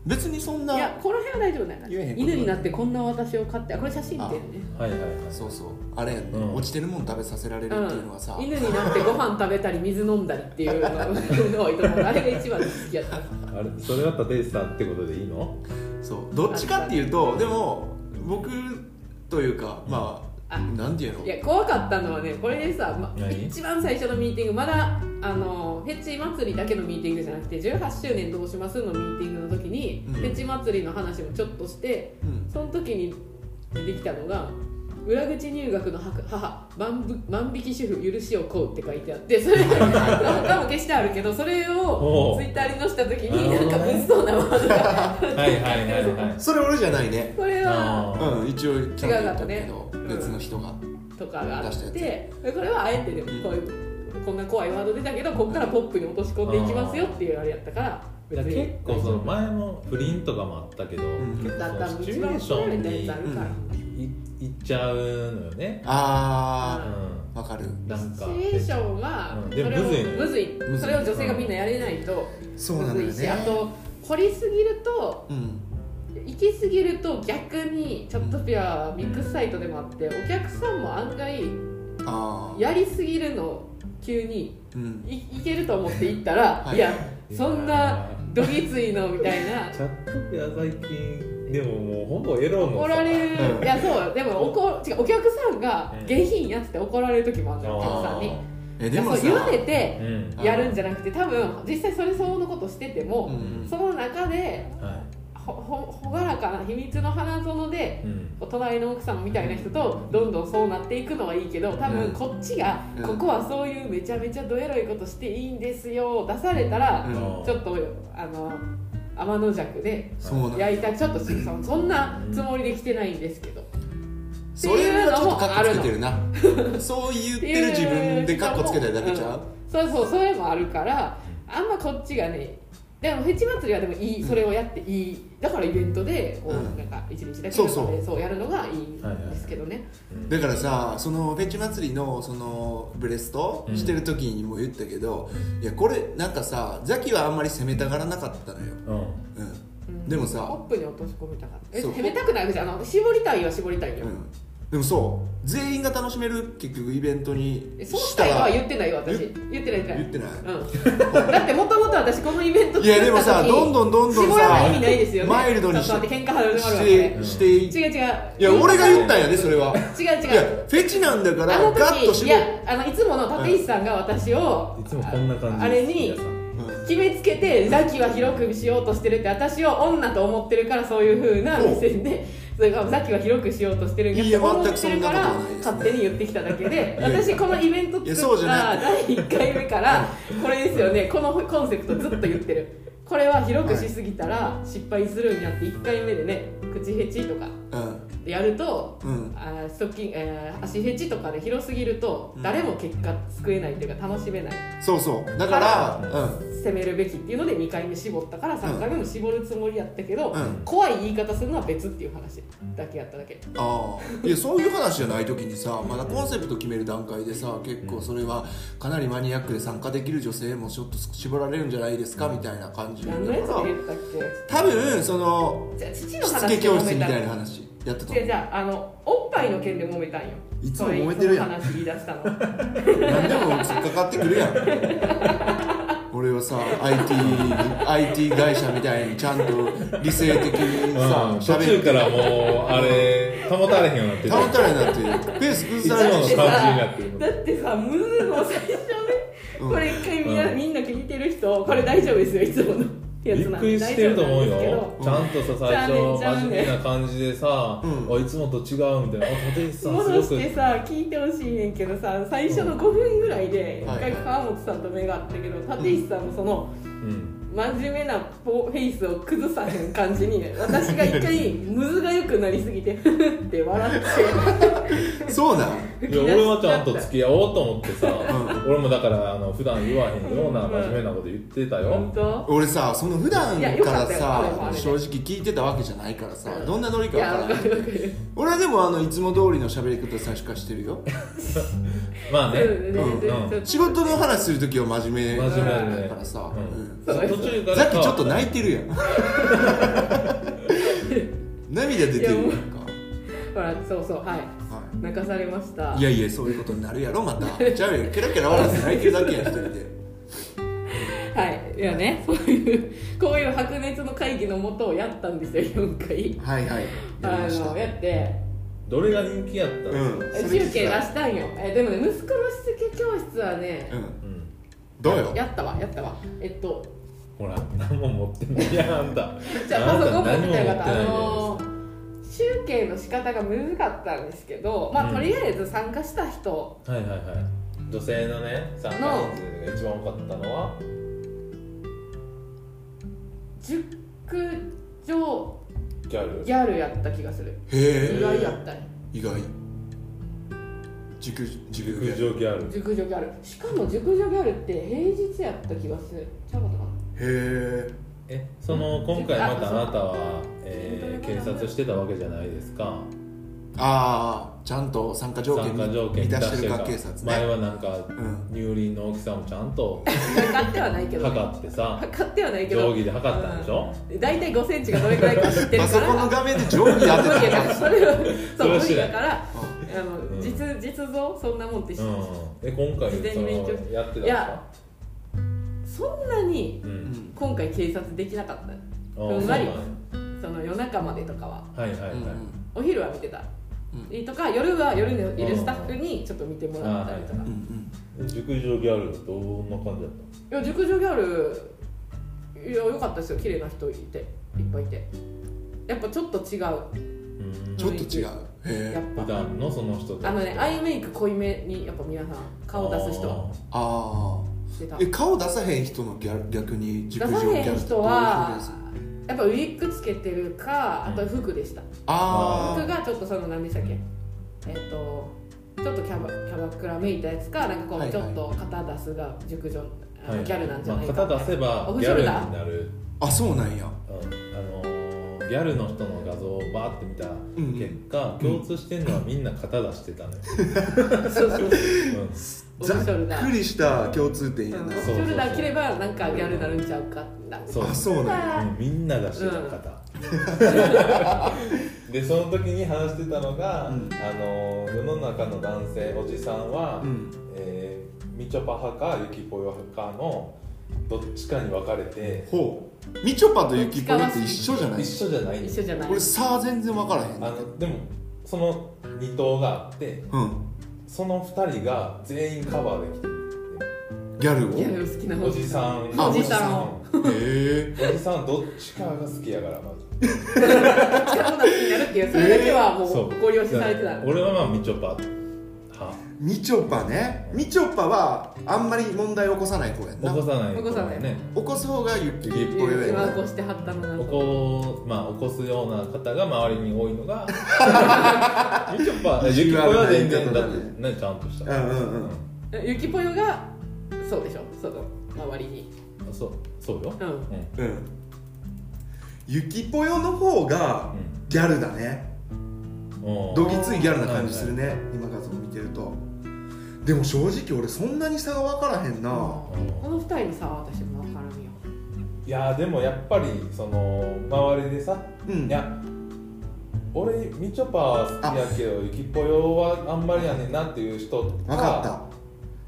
[SPEAKER 3] 別にそんない
[SPEAKER 1] やこの辺は大丈夫だよ
[SPEAKER 3] 言えへん
[SPEAKER 1] ね犬になってこんな私を飼ってあこれ写真見てるね
[SPEAKER 2] はいはいはい
[SPEAKER 3] そうそうあれやんね、
[SPEAKER 2] うん
[SPEAKER 3] 落ちてるもん食べさせられるっていうのはさ、
[SPEAKER 1] うん、犬になってご飯食べたり水飲んだりって いうのが多いと思うあれが一番好きやった
[SPEAKER 2] あれそれだったらデイさんってことでいいの
[SPEAKER 3] そうどっちかっていうとでも僕というかまあ
[SPEAKER 1] あ
[SPEAKER 3] なんていうの
[SPEAKER 1] いや怖かったのはねこれでさ、ま、
[SPEAKER 2] 何
[SPEAKER 1] 一番最初のミーティングまだあのフェチ祭りだけのミーティングじゃなくて18周年どうしますのミーティングの時に、
[SPEAKER 3] うん
[SPEAKER 1] フェチ祭りの話もちょっとして
[SPEAKER 3] うん、
[SPEAKER 1] その時に出てきたのが裏口入学の母母万ぶ万引き主婦許しを請うって書いてあってそ れ他も消してあるけどそれを
[SPEAKER 2] おう
[SPEAKER 1] ツイッターに載せた時
[SPEAKER 2] なるほ
[SPEAKER 1] にな
[SPEAKER 2] ど
[SPEAKER 1] んか
[SPEAKER 2] ね
[SPEAKER 1] 物騒なワードが
[SPEAKER 2] はいはいはい はい
[SPEAKER 3] それ俺じゃないね
[SPEAKER 1] これは
[SPEAKER 2] あ
[SPEAKER 3] うん一応ちゃんと言ったけど、
[SPEAKER 1] 違うかったね
[SPEAKER 3] 別の人が、
[SPEAKER 1] とかがあ
[SPEAKER 3] 出し
[SPEAKER 1] ったてこれはあえてでも
[SPEAKER 3] うん
[SPEAKER 1] こういうこんな怖いワード出たけどこっからポップに落とし込んでいきますよっていうあれやったから
[SPEAKER 2] ーいや結構その前も不倫とかもあったけど、
[SPEAKER 3] ん
[SPEAKER 2] 結
[SPEAKER 1] だった
[SPEAKER 2] 構
[SPEAKER 1] ら
[SPEAKER 2] その
[SPEAKER 1] ぶ
[SPEAKER 2] シチ
[SPEAKER 1] ち
[SPEAKER 2] ュエーシ
[SPEAKER 1] ら
[SPEAKER 2] ョ
[SPEAKER 1] れ
[SPEAKER 2] ン
[SPEAKER 1] たやつある
[SPEAKER 2] に
[SPEAKER 1] から、
[SPEAKER 2] いいっちゃうのよねう
[SPEAKER 3] あ
[SPEAKER 2] ん
[SPEAKER 3] ーわかる
[SPEAKER 2] なん
[SPEAKER 1] シチ
[SPEAKER 2] か
[SPEAKER 1] ュエーションは
[SPEAKER 2] うん
[SPEAKER 1] それ
[SPEAKER 2] でも
[SPEAKER 1] を
[SPEAKER 2] むずいね
[SPEAKER 1] むずい
[SPEAKER 3] むずい
[SPEAKER 1] それを女性がみんなやれないと
[SPEAKER 3] そうな
[SPEAKER 1] む
[SPEAKER 3] んだ
[SPEAKER 1] ず
[SPEAKER 3] よ
[SPEAKER 1] いしあ
[SPEAKER 3] ね
[SPEAKER 1] と掘りすぎると
[SPEAKER 3] うん
[SPEAKER 1] 行き過ぎると逆にちょっとピュアミックスサイトでもあってお客さんも案外
[SPEAKER 3] ああ
[SPEAKER 1] やりすぎるの急に
[SPEAKER 3] うん
[SPEAKER 1] いいけると思って行ったら、
[SPEAKER 3] はい
[SPEAKER 1] い、やそんなどぎついのみたいな
[SPEAKER 2] チャットペア最近でももうほぼエロのさ
[SPEAKER 1] 怒られる
[SPEAKER 3] うん
[SPEAKER 1] いやそうでも怒違うお客さんが
[SPEAKER 2] うん
[SPEAKER 1] 下品やって怒られる時もあるのお客さんにい
[SPEAKER 3] えで
[SPEAKER 1] や
[SPEAKER 3] も
[SPEAKER 1] そう
[SPEAKER 3] さ
[SPEAKER 1] 言われて
[SPEAKER 2] うん
[SPEAKER 1] やるんじゃなくて多分実際それ相応のことしてて
[SPEAKER 3] うん
[SPEAKER 1] も、
[SPEAKER 3] うん
[SPEAKER 1] その中で
[SPEAKER 2] は
[SPEAKER 1] ほほ朗らかな秘密の花園で
[SPEAKER 2] いうん
[SPEAKER 1] お隣の奥さんみたいな人とどんどんそうなっていくのはいいけど多
[SPEAKER 3] うん
[SPEAKER 1] 分こっちが、
[SPEAKER 3] うん
[SPEAKER 1] ここはそういうめちゃめちゃどエロいことしていいんですよ出されたら、
[SPEAKER 3] うん
[SPEAKER 1] ちょっとあの天の弱で
[SPEAKER 3] そうなんだ
[SPEAKER 1] 焼いたちょっとそのそんなつもりで来てないんですけどっ
[SPEAKER 3] それはちょっとカッコつけてるなそう言ってる自分でカッコつけたりだけちゃう
[SPEAKER 1] そうそうそれもあるからあんまこっちがねでもフェチ祭りはでもいいそれをやっていいだからイベントでこう、
[SPEAKER 3] うん
[SPEAKER 1] なんか一日だけ
[SPEAKER 3] そうそう
[SPEAKER 1] とかでそうやるのがいいんですけどね、
[SPEAKER 2] うん
[SPEAKER 3] だからさそのフェチ祭りのそのブレスト
[SPEAKER 2] うん
[SPEAKER 3] してる時にも言ったけど、いやこれなんかさザキはあんまり攻めたがらなかったのよ、
[SPEAKER 2] うん
[SPEAKER 3] うん
[SPEAKER 1] うん
[SPEAKER 3] でもさ
[SPEAKER 1] ポップに落とし込みたかったえ
[SPEAKER 3] そう
[SPEAKER 1] 攻めたくないわけじゃんあの絞りたいは絞りたいよ、
[SPEAKER 3] うんでもそう全員が楽しめる結局イベントに
[SPEAKER 1] えそうし
[SPEAKER 3] したた
[SPEAKER 1] いは
[SPEAKER 3] ら
[SPEAKER 1] 言ってないよ私言ってない言ってな
[SPEAKER 3] 言っ
[SPEAKER 1] い
[SPEAKER 3] てない
[SPEAKER 1] うん、だってもともとと私このイベント
[SPEAKER 3] いやでもさ
[SPEAKER 1] 作った時
[SPEAKER 3] どんどんどんどん
[SPEAKER 1] 絞らない意
[SPEAKER 3] さ
[SPEAKER 1] 味ないですよね
[SPEAKER 3] マイルドに
[SPEAKER 1] ちょっと待って喧嘩始まるわ
[SPEAKER 3] し
[SPEAKER 1] こ
[SPEAKER 3] て
[SPEAKER 1] れ
[SPEAKER 2] ん
[SPEAKER 3] してい
[SPEAKER 1] 違う違う
[SPEAKER 3] いや俺が言ったんやでそれは
[SPEAKER 1] 違う
[SPEAKER 3] い
[SPEAKER 1] 違
[SPEAKER 3] や
[SPEAKER 1] う
[SPEAKER 3] フェチなんだか
[SPEAKER 1] あ
[SPEAKER 3] ら
[SPEAKER 1] の
[SPEAKER 3] ガッと
[SPEAKER 1] 時い
[SPEAKER 3] 絞
[SPEAKER 1] や
[SPEAKER 3] る
[SPEAKER 1] あのいつもの立石さんが私を
[SPEAKER 2] いつもこんな感じです
[SPEAKER 1] あれに
[SPEAKER 2] 皆さん
[SPEAKER 3] うん
[SPEAKER 1] 決めつけてザキは広くしようとしてるって私を女と思ってるからそういう風な目線でそれがザキは広くしようとしてるんだっ
[SPEAKER 3] い
[SPEAKER 1] て
[SPEAKER 3] や
[SPEAKER 1] 思
[SPEAKER 3] 全
[SPEAKER 1] っ
[SPEAKER 3] く
[SPEAKER 1] て
[SPEAKER 3] そ
[SPEAKER 1] る
[SPEAKER 3] んな
[SPEAKER 1] か
[SPEAKER 3] ことは
[SPEAKER 1] ら
[SPEAKER 3] ないですね
[SPEAKER 1] 勝手に言ってきただけで
[SPEAKER 3] いや
[SPEAKER 1] 私このイベント
[SPEAKER 3] いや
[SPEAKER 1] 作
[SPEAKER 3] そう
[SPEAKER 1] っ
[SPEAKER 3] じゃな
[SPEAKER 1] た第1回目からこれですよねこのコンセプトずっと言ってるこれは広くしすぎたら失敗するんやって1回目でね口ヘチとかやると
[SPEAKER 3] うん
[SPEAKER 1] あーストッキング、えー足ヘチとかで広すぎると
[SPEAKER 3] うん
[SPEAKER 1] 誰も結果作れないというか楽しめない
[SPEAKER 3] そうそうだからうん
[SPEAKER 1] 攻めるべきっていうので2回目絞ったから3回目も絞るつもりやったけど、
[SPEAKER 3] うん
[SPEAKER 1] 怖い言い方するのは別っていう話だけやっただけ
[SPEAKER 3] ああいやそういう話じゃない時にさまだコンセプト決める段階でさ結構それはかなりマニアックで参加できる女性もちょっと絞られるんじゃないですかみたいな感じだか
[SPEAKER 1] 何のやつで
[SPEAKER 3] ら
[SPEAKER 1] 言ったっ
[SPEAKER 3] 多分その
[SPEAKER 1] けじゃあ父の
[SPEAKER 3] し
[SPEAKER 1] 話
[SPEAKER 3] つ
[SPEAKER 1] で
[SPEAKER 3] け教
[SPEAKER 1] 揉
[SPEAKER 3] 室
[SPEAKER 1] め
[SPEAKER 3] み
[SPEAKER 1] た
[SPEAKER 3] たい
[SPEAKER 1] じ
[SPEAKER 3] な話やってた
[SPEAKER 1] ゃあじゃああのおっぱいの件で揉めたんよ
[SPEAKER 3] いつも
[SPEAKER 1] それ
[SPEAKER 3] 揉めてるやん
[SPEAKER 1] その話言い出した のい
[SPEAKER 3] 何でも突っかかってくるやん俺はさ IT, IT 会社みたいにちゃんと理性的に
[SPEAKER 2] うん
[SPEAKER 3] さ
[SPEAKER 2] 途
[SPEAKER 3] 喋
[SPEAKER 2] 中
[SPEAKER 3] って
[SPEAKER 2] からもうあれ保たれへんようになって
[SPEAKER 3] たまったらになってペース
[SPEAKER 2] いつも
[SPEAKER 3] 崩
[SPEAKER 2] の感じ
[SPEAKER 3] されるし
[SPEAKER 2] になってる
[SPEAKER 1] だってさむずの最初ね
[SPEAKER 3] うん
[SPEAKER 1] これ一回みんな,、
[SPEAKER 2] うん
[SPEAKER 1] みんな聞いてる人これ大丈夫ですよいつものやつ
[SPEAKER 2] びっ
[SPEAKER 1] なん
[SPEAKER 2] く
[SPEAKER 1] で
[SPEAKER 2] りしてると思う
[SPEAKER 1] 大丈夫なん
[SPEAKER 2] よ
[SPEAKER 1] で
[SPEAKER 2] ちゃんとさ最初
[SPEAKER 1] ちゃうねんちゃうねん
[SPEAKER 2] 真面目な感じでさ
[SPEAKER 3] うん
[SPEAKER 2] あいつもと違うみたいなあ立石
[SPEAKER 1] すけど
[SPEAKER 2] さん
[SPEAKER 1] 戻
[SPEAKER 2] す
[SPEAKER 1] し
[SPEAKER 2] ごく
[SPEAKER 1] てさ聞いてほしいねんけどさ最初の5分ぐらいで一回川本さんと目が合ったけど立石さんもその、
[SPEAKER 2] うん
[SPEAKER 1] 真面目なポフェイスを崩さへん感じに私が一回ムズが良くなりすぎて って笑って
[SPEAKER 3] そうなん
[SPEAKER 2] いや俺はちゃんと付き合おうと思って さ
[SPEAKER 3] ん
[SPEAKER 2] 俺もだからあの普段言わへんような
[SPEAKER 1] うん
[SPEAKER 2] 真面目なこと言ってたよ
[SPEAKER 1] 本当
[SPEAKER 3] 俺さその普段
[SPEAKER 1] いやよ
[SPEAKER 3] か
[SPEAKER 1] かっ
[SPEAKER 3] ら
[SPEAKER 1] たよあれもあ
[SPEAKER 3] さ
[SPEAKER 1] れで
[SPEAKER 3] 正直聞いてたわけじゃないからさ
[SPEAKER 1] うん
[SPEAKER 3] どんなノリ
[SPEAKER 1] い
[SPEAKER 3] かわ
[SPEAKER 1] や
[SPEAKER 3] から
[SPEAKER 1] わか
[SPEAKER 3] な
[SPEAKER 1] るわ
[SPEAKER 3] い
[SPEAKER 1] かる
[SPEAKER 3] 俺はでもあのいつも通りの喋り方最初からしてるよ
[SPEAKER 2] まあね
[SPEAKER 1] うんうん
[SPEAKER 2] うん
[SPEAKER 1] ちょっと
[SPEAKER 3] 仕事の話する時は真面目
[SPEAKER 2] 真面目だ
[SPEAKER 3] だ
[SPEAKER 2] ね
[SPEAKER 3] からさ、
[SPEAKER 2] うん
[SPEAKER 3] うん
[SPEAKER 1] そう
[SPEAKER 2] 途中から
[SPEAKER 3] さっきちょっと泣いて るやん涙出てるやんか
[SPEAKER 1] ほらそうそうはい
[SPEAKER 3] は
[SPEAKER 1] 泣かされました
[SPEAKER 3] い、いやいやそういうことになるやろまたちゃうよケラケラ笑って泣いてるだけやん一人で
[SPEAKER 1] はいいやねそういうこういう白熱の会議のもとをやったんですよ4回
[SPEAKER 3] はいはいやり
[SPEAKER 1] あ
[SPEAKER 3] ました
[SPEAKER 1] のやって
[SPEAKER 2] どれが人気やったんですか
[SPEAKER 3] うん
[SPEAKER 1] 中継出したんよえでもね息子のしつけ教室はね
[SPEAKER 3] うん
[SPEAKER 2] うん
[SPEAKER 3] どうよ
[SPEAKER 1] やったわやったわえっと
[SPEAKER 2] ほら何も持ってないやんあんた
[SPEAKER 1] じゃあパソコン持ってたよかった
[SPEAKER 2] あ
[SPEAKER 1] あ
[SPEAKER 2] なた何も
[SPEAKER 1] のー集計の仕方が難かったんですけど、まあ、
[SPEAKER 2] うん
[SPEAKER 1] とりあえず参加した人、
[SPEAKER 2] はいはいはい女性のね参加人数が一番多かったのは
[SPEAKER 1] 熟女
[SPEAKER 2] ギャル
[SPEAKER 1] ギャルやった気がする
[SPEAKER 3] へ
[SPEAKER 1] 意
[SPEAKER 3] え
[SPEAKER 1] 外やったね
[SPEAKER 3] 意外熟熟
[SPEAKER 2] 陸上ギャル
[SPEAKER 1] 熟女ギャルしかも熟女ギャルって平日やった気がするちゃうかったかな
[SPEAKER 3] へ
[SPEAKER 2] えその今回またあなたは、えー検察してたわけじゃないですか
[SPEAKER 3] ーああちゃんと参加条件
[SPEAKER 2] 参加条件
[SPEAKER 3] 満たしてる
[SPEAKER 2] か
[SPEAKER 3] か警察
[SPEAKER 2] 前
[SPEAKER 3] ね
[SPEAKER 2] はなんか
[SPEAKER 3] うん
[SPEAKER 2] 乳輪の大きさもちゃんと
[SPEAKER 1] 測ってはないけど、ね、
[SPEAKER 2] 測ってさ
[SPEAKER 1] 測ってはないけ
[SPEAKER 2] 定
[SPEAKER 1] ど
[SPEAKER 2] 規で測ったんでしょ
[SPEAKER 1] 大体5センチがどれくらいか知ってる
[SPEAKER 3] パ
[SPEAKER 1] か
[SPEAKER 3] ソ
[SPEAKER 1] ら
[SPEAKER 3] コンの画面で定規やって
[SPEAKER 1] 無理やか
[SPEAKER 3] た
[SPEAKER 1] らそれはそう
[SPEAKER 2] それは
[SPEAKER 1] 無
[SPEAKER 2] 知
[SPEAKER 1] 理
[SPEAKER 2] ら
[SPEAKER 1] だ
[SPEAKER 2] ん
[SPEAKER 1] からあの、
[SPEAKER 2] うん
[SPEAKER 1] 実実像そんなもんって知ってる、
[SPEAKER 2] うん、え今回
[SPEAKER 1] 事前
[SPEAKER 2] そ
[SPEAKER 1] に勉強
[SPEAKER 2] のやってたん
[SPEAKER 1] い
[SPEAKER 2] ですか
[SPEAKER 1] やそんなに
[SPEAKER 2] う
[SPEAKER 3] うんん
[SPEAKER 1] 今回警察できなかった
[SPEAKER 2] あー
[SPEAKER 1] ふんわり
[SPEAKER 2] そうなんや
[SPEAKER 1] その夜中までとかは
[SPEAKER 2] はいはいはい、
[SPEAKER 3] うん
[SPEAKER 1] お昼は見てた、
[SPEAKER 3] う
[SPEAKER 1] とか夜は夜のいるスタッフにちょっと見てもらったりとか、
[SPEAKER 3] う
[SPEAKER 1] い
[SPEAKER 3] ん
[SPEAKER 2] 熟女ギャルはどんな感じだっ
[SPEAKER 1] や熟女ギャルいや良かったですよ綺麗な人いていっぱいいてやっぱちょっと違う
[SPEAKER 2] た
[SPEAKER 3] う
[SPEAKER 2] うんん
[SPEAKER 3] ちょっと違う
[SPEAKER 1] やっ
[SPEAKER 3] へえ
[SPEAKER 2] 普
[SPEAKER 1] ぱ
[SPEAKER 2] 段のその人と
[SPEAKER 1] あのねアイメイク濃いめにやっぱ皆さん顔出す人は
[SPEAKER 3] あ
[SPEAKER 1] してた
[SPEAKER 3] あえ顔出さへん人のギャ逆に
[SPEAKER 1] 出
[SPEAKER 3] 熟
[SPEAKER 1] さ
[SPEAKER 3] 女ギ
[SPEAKER 1] へ
[SPEAKER 3] ャ
[SPEAKER 1] ん
[SPEAKER 3] ル
[SPEAKER 1] 人はやっぱウィッグつけてるかあと服でした、
[SPEAKER 3] あ
[SPEAKER 1] 服
[SPEAKER 3] あ
[SPEAKER 1] がちょっとその何でしたっけえっ、とちょっとキャバキャバクラめいたやつかなんかこ
[SPEAKER 3] は
[SPEAKER 1] う
[SPEAKER 3] い
[SPEAKER 1] ち
[SPEAKER 3] はい
[SPEAKER 1] ょっと肩出すが熟女、あの
[SPEAKER 2] はい
[SPEAKER 1] ギャルなんじゃないか、
[SPEAKER 2] まあ、肩出せば
[SPEAKER 1] オフ
[SPEAKER 2] ギ
[SPEAKER 1] シ
[SPEAKER 2] ャ
[SPEAKER 1] ョ
[SPEAKER 2] ル
[SPEAKER 1] ル
[SPEAKER 2] に
[SPEAKER 1] ダー
[SPEAKER 2] なる、
[SPEAKER 3] あそうな
[SPEAKER 2] う
[SPEAKER 3] んや
[SPEAKER 2] んあのーギャルの人の画像をバーって見た
[SPEAKER 3] うん
[SPEAKER 2] 結果、共通してんのはみんな肩出して たのよ、
[SPEAKER 1] そうそうオフシ
[SPEAKER 3] ざっ
[SPEAKER 1] ョルダー
[SPEAKER 3] くりした共通点や
[SPEAKER 1] うんオ
[SPEAKER 3] な
[SPEAKER 1] フショルダー着ればなんかギャルになるんちゃうかなんか
[SPEAKER 2] そう
[SPEAKER 3] あそうなんや
[SPEAKER 2] うんみんな出してた肩、でその時に話してたのが、あ
[SPEAKER 3] うん
[SPEAKER 2] のー世の中の男性おじさんは、
[SPEAKER 3] うん
[SPEAKER 2] えーみちょぱ派かゆきぽよ派かのどっちかに分かれて
[SPEAKER 3] ほうみちょぱとゆきぽよって一緒じゃない
[SPEAKER 2] 一緒じゃないんで
[SPEAKER 1] 一
[SPEAKER 2] す
[SPEAKER 1] 緒じゃない
[SPEAKER 3] 俺さあ全然分からへん
[SPEAKER 2] あのでもその2頭があって
[SPEAKER 3] うん
[SPEAKER 2] その2人が全員カバーできて
[SPEAKER 3] ギャルを
[SPEAKER 1] ギャ
[SPEAKER 3] へ
[SPEAKER 1] ル好きな
[SPEAKER 2] るお じさん
[SPEAKER 1] あ
[SPEAKER 3] おじさ
[SPEAKER 1] ん
[SPEAKER 2] お
[SPEAKER 3] え
[SPEAKER 2] じさんどっちかが好きやからまず
[SPEAKER 1] 好きな女になるっていうそれだけはも
[SPEAKER 2] そう
[SPEAKER 1] うご了承されてた
[SPEAKER 2] 俺はまあみちょぱは
[SPEAKER 3] みちょぱねみちょぱはあんまり問題起こさない子やん
[SPEAKER 2] 起
[SPEAKER 3] な
[SPEAKER 2] こさない
[SPEAKER 1] 起こさない
[SPEAKER 2] ね
[SPEAKER 3] 起こす方がゆっぽ
[SPEAKER 2] ゆ
[SPEAKER 3] よや
[SPEAKER 1] 今
[SPEAKER 3] ん
[SPEAKER 1] こ
[SPEAKER 3] な
[SPEAKER 1] うしてはったのなん
[SPEAKER 2] 起
[SPEAKER 1] か
[SPEAKER 2] こ,、まあ、起こすような方が周りに多いの がみちょ ぱゆきぽよは全然だってねちゃんとした
[SPEAKER 3] うんうん
[SPEAKER 1] ゆきぽよがそうでしょその周りに
[SPEAKER 2] うんそうそうよ、
[SPEAKER 1] うん
[SPEAKER 2] うん
[SPEAKER 3] うんゆきぽよの方がギャルだね
[SPEAKER 2] うん
[SPEAKER 3] どぎついギャルな感じするね今画像見てるとでも正直俺そんなに差が分からへんな
[SPEAKER 1] この二人の差は私も分からんよ
[SPEAKER 2] いやーでもやっぱりその周りでさ、
[SPEAKER 3] うん
[SPEAKER 2] いや俺みちょぱは好きやけどゆきぽよはあんまりやねんなっていう人分
[SPEAKER 3] 分か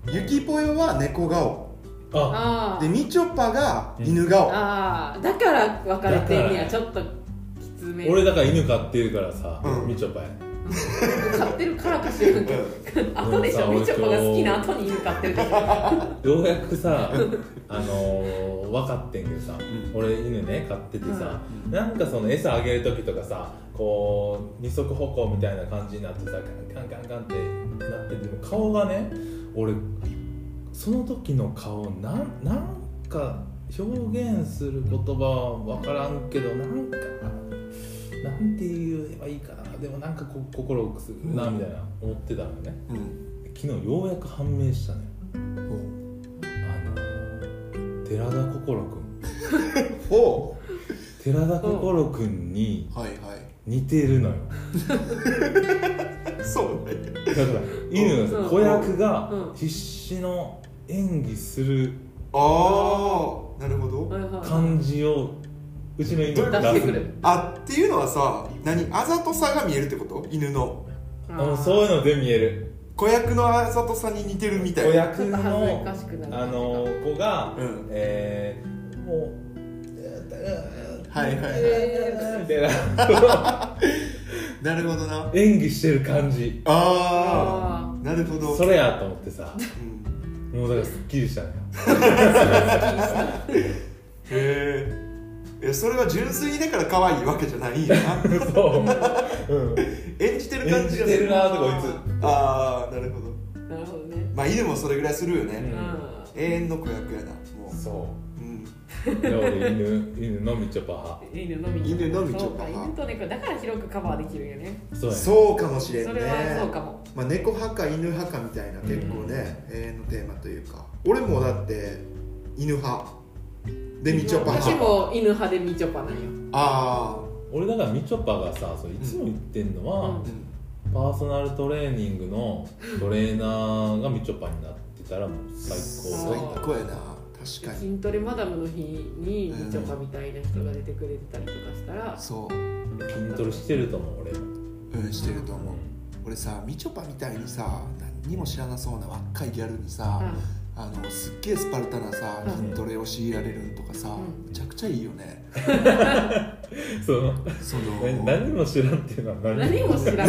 [SPEAKER 3] ったゆきぽよは猫顔
[SPEAKER 2] たあ
[SPEAKER 1] あ
[SPEAKER 3] でみちょぱが犬顔、
[SPEAKER 1] ああだから別れてんね
[SPEAKER 2] だから
[SPEAKER 1] やちょっときつめ
[SPEAKER 2] 俺だから犬飼ってるからさ、
[SPEAKER 3] うん
[SPEAKER 2] みちょぱや
[SPEAKER 1] 飼ってるからかしらんけど後でしょ
[SPEAKER 2] うん
[SPEAKER 1] みちょぱが好きな後に犬飼ってるでしょ
[SPEAKER 2] ようやく さあのー、分かってんけどさ、
[SPEAKER 3] う
[SPEAKER 2] 俺犬ね飼っててさ、
[SPEAKER 3] うん
[SPEAKER 2] なんかその餌あげる時とかさこう二足歩行みたいな感じになってさカンカンカンカンってなってても顔がね俺その時の顔なんなんか表現する言葉は分からんけどなんかなんて言えばいいかなでもなんかこう心をくすぐるなみたいな思ってたのね
[SPEAKER 3] うん
[SPEAKER 2] 昨日ようやく判明したねあの寺田心君
[SPEAKER 3] ほ
[SPEAKER 2] 寺田心君に
[SPEAKER 3] うはいはい
[SPEAKER 2] 似てるのよ
[SPEAKER 3] そうね
[SPEAKER 2] だから犬
[SPEAKER 1] う
[SPEAKER 2] の
[SPEAKER 1] ん
[SPEAKER 2] 子役が
[SPEAKER 1] うん
[SPEAKER 2] 必死の演技する
[SPEAKER 3] ああなるほど
[SPEAKER 1] はいはいはい
[SPEAKER 2] 感じをうちの犬
[SPEAKER 1] 出
[SPEAKER 2] が
[SPEAKER 1] して
[SPEAKER 2] 出す
[SPEAKER 1] くる
[SPEAKER 3] あっていうのはさ何あざとさが見えるってこと犬の
[SPEAKER 1] あ
[SPEAKER 2] あの
[SPEAKER 1] ー
[SPEAKER 2] そういうので見える
[SPEAKER 3] 子役のあざとさに似てるみ
[SPEAKER 2] 子
[SPEAKER 3] たいな
[SPEAKER 2] 役
[SPEAKER 1] ちょっと恥ず
[SPEAKER 2] の
[SPEAKER 1] かしくなる
[SPEAKER 2] あの子が、
[SPEAKER 3] うん
[SPEAKER 2] えーもうえー
[SPEAKER 3] はいはいはい
[SPEAKER 2] えーみたいな
[SPEAKER 3] なるほどな
[SPEAKER 2] 演技してる感じ
[SPEAKER 3] あ
[SPEAKER 1] あ
[SPEAKER 3] あなるほど
[SPEAKER 2] それやと思ってさ
[SPEAKER 3] うん
[SPEAKER 2] もうだからすっきりしたね
[SPEAKER 3] へえいやそれは純粋にだから可愛いわけじゃないんや な
[SPEAKER 2] そう、うん、
[SPEAKER 3] 演じてる
[SPEAKER 2] 演
[SPEAKER 3] 感じ
[SPEAKER 2] じ
[SPEAKER 3] が
[SPEAKER 2] てるな
[SPEAKER 1] ー
[SPEAKER 2] ーとこいつ
[SPEAKER 3] ああなるほど
[SPEAKER 1] ーなるほどね
[SPEAKER 3] まあ犬もそれぐらいするよね、
[SPEAKER 2] うん
[SPEAKER 1] うん
[SPEAKER 3] 永遠の子役やなも、
[SPEAKER 2] そう
[SPEAKER 3] うん、
[SPEAKER 2] う。で俺犬犬のみちょぱ派。
[SPEAKER 1] 犬のみ
[SPEAKER 3] 犬のみち
[SPEAKER 1] そ
[SPEAKER 3] ょ
[SPEAKER 1] う
[SPEAKER 3] っと
[SPEAKER 1] か犬と猫だから広くカバーできるよね
[SPEAKER 2] そうやね。
[SPEAKER 3] そうかもし
[SPEAKER 1] それ
[SPEAKER 3] れんね
[SPEAKER 1] はそうかも
[SPEAKER 3] まあ、猫派か犬派かみたいな結構ね、永遠のテーマというか俺もだって犬派でみちょぱ
[SPEAKER 1] 私
[SPEAKER 3] 派
[SPEAKER 1] も犬派でみちょぱなんよ
[SPEAKER 3] あ
[SPEAKER 2] 俺だからみちょぱがさ、そういつも言ってんの
[SPEAKER 1] う
[SPEAKER 2] は、
[SPEAKER 1] ん
[SPEAKER 3] あうん
[SPEAKER 2] パーソナルトレーニングのトレーナーがみちょぱになってたらもう最
[SPEAKER 1] そ
[SPEAKER 2] 高。
[SPEAKER 1] う
[SPEAKER 3] 最高やな確かに
[SPEAKER 1] 筋トレマダムの日にみちょぱみたいな人が出てくれてたりとかしたら、
[SPEAKER 3] そ
[SPEAKER 2] 筋トレしてると思う俺。
[SPEAKER 3] ううんしてると思う俺さみちょぱみたいにさ何にも知らなそうな若いギャルにさ、あのすっげえスパルタなさ
[SPEAKER 1] うん
[SPEAKER 3] 筋トレを強いられるんとかさ、
[SPEAKER 1] うん
[SPEAKER 3] めちゃくちゃいいよね
[SPEAKER 2] その
[SPEAKER 3] そ
[SPEAKER 2] 何
[SPEAKER 3] の
[SPEAKER 2] 何も知らんっていうのは
[SPEAKER 1] うん
[SPEAKER 2] 何？
[SPEAKER 1] 何も知らない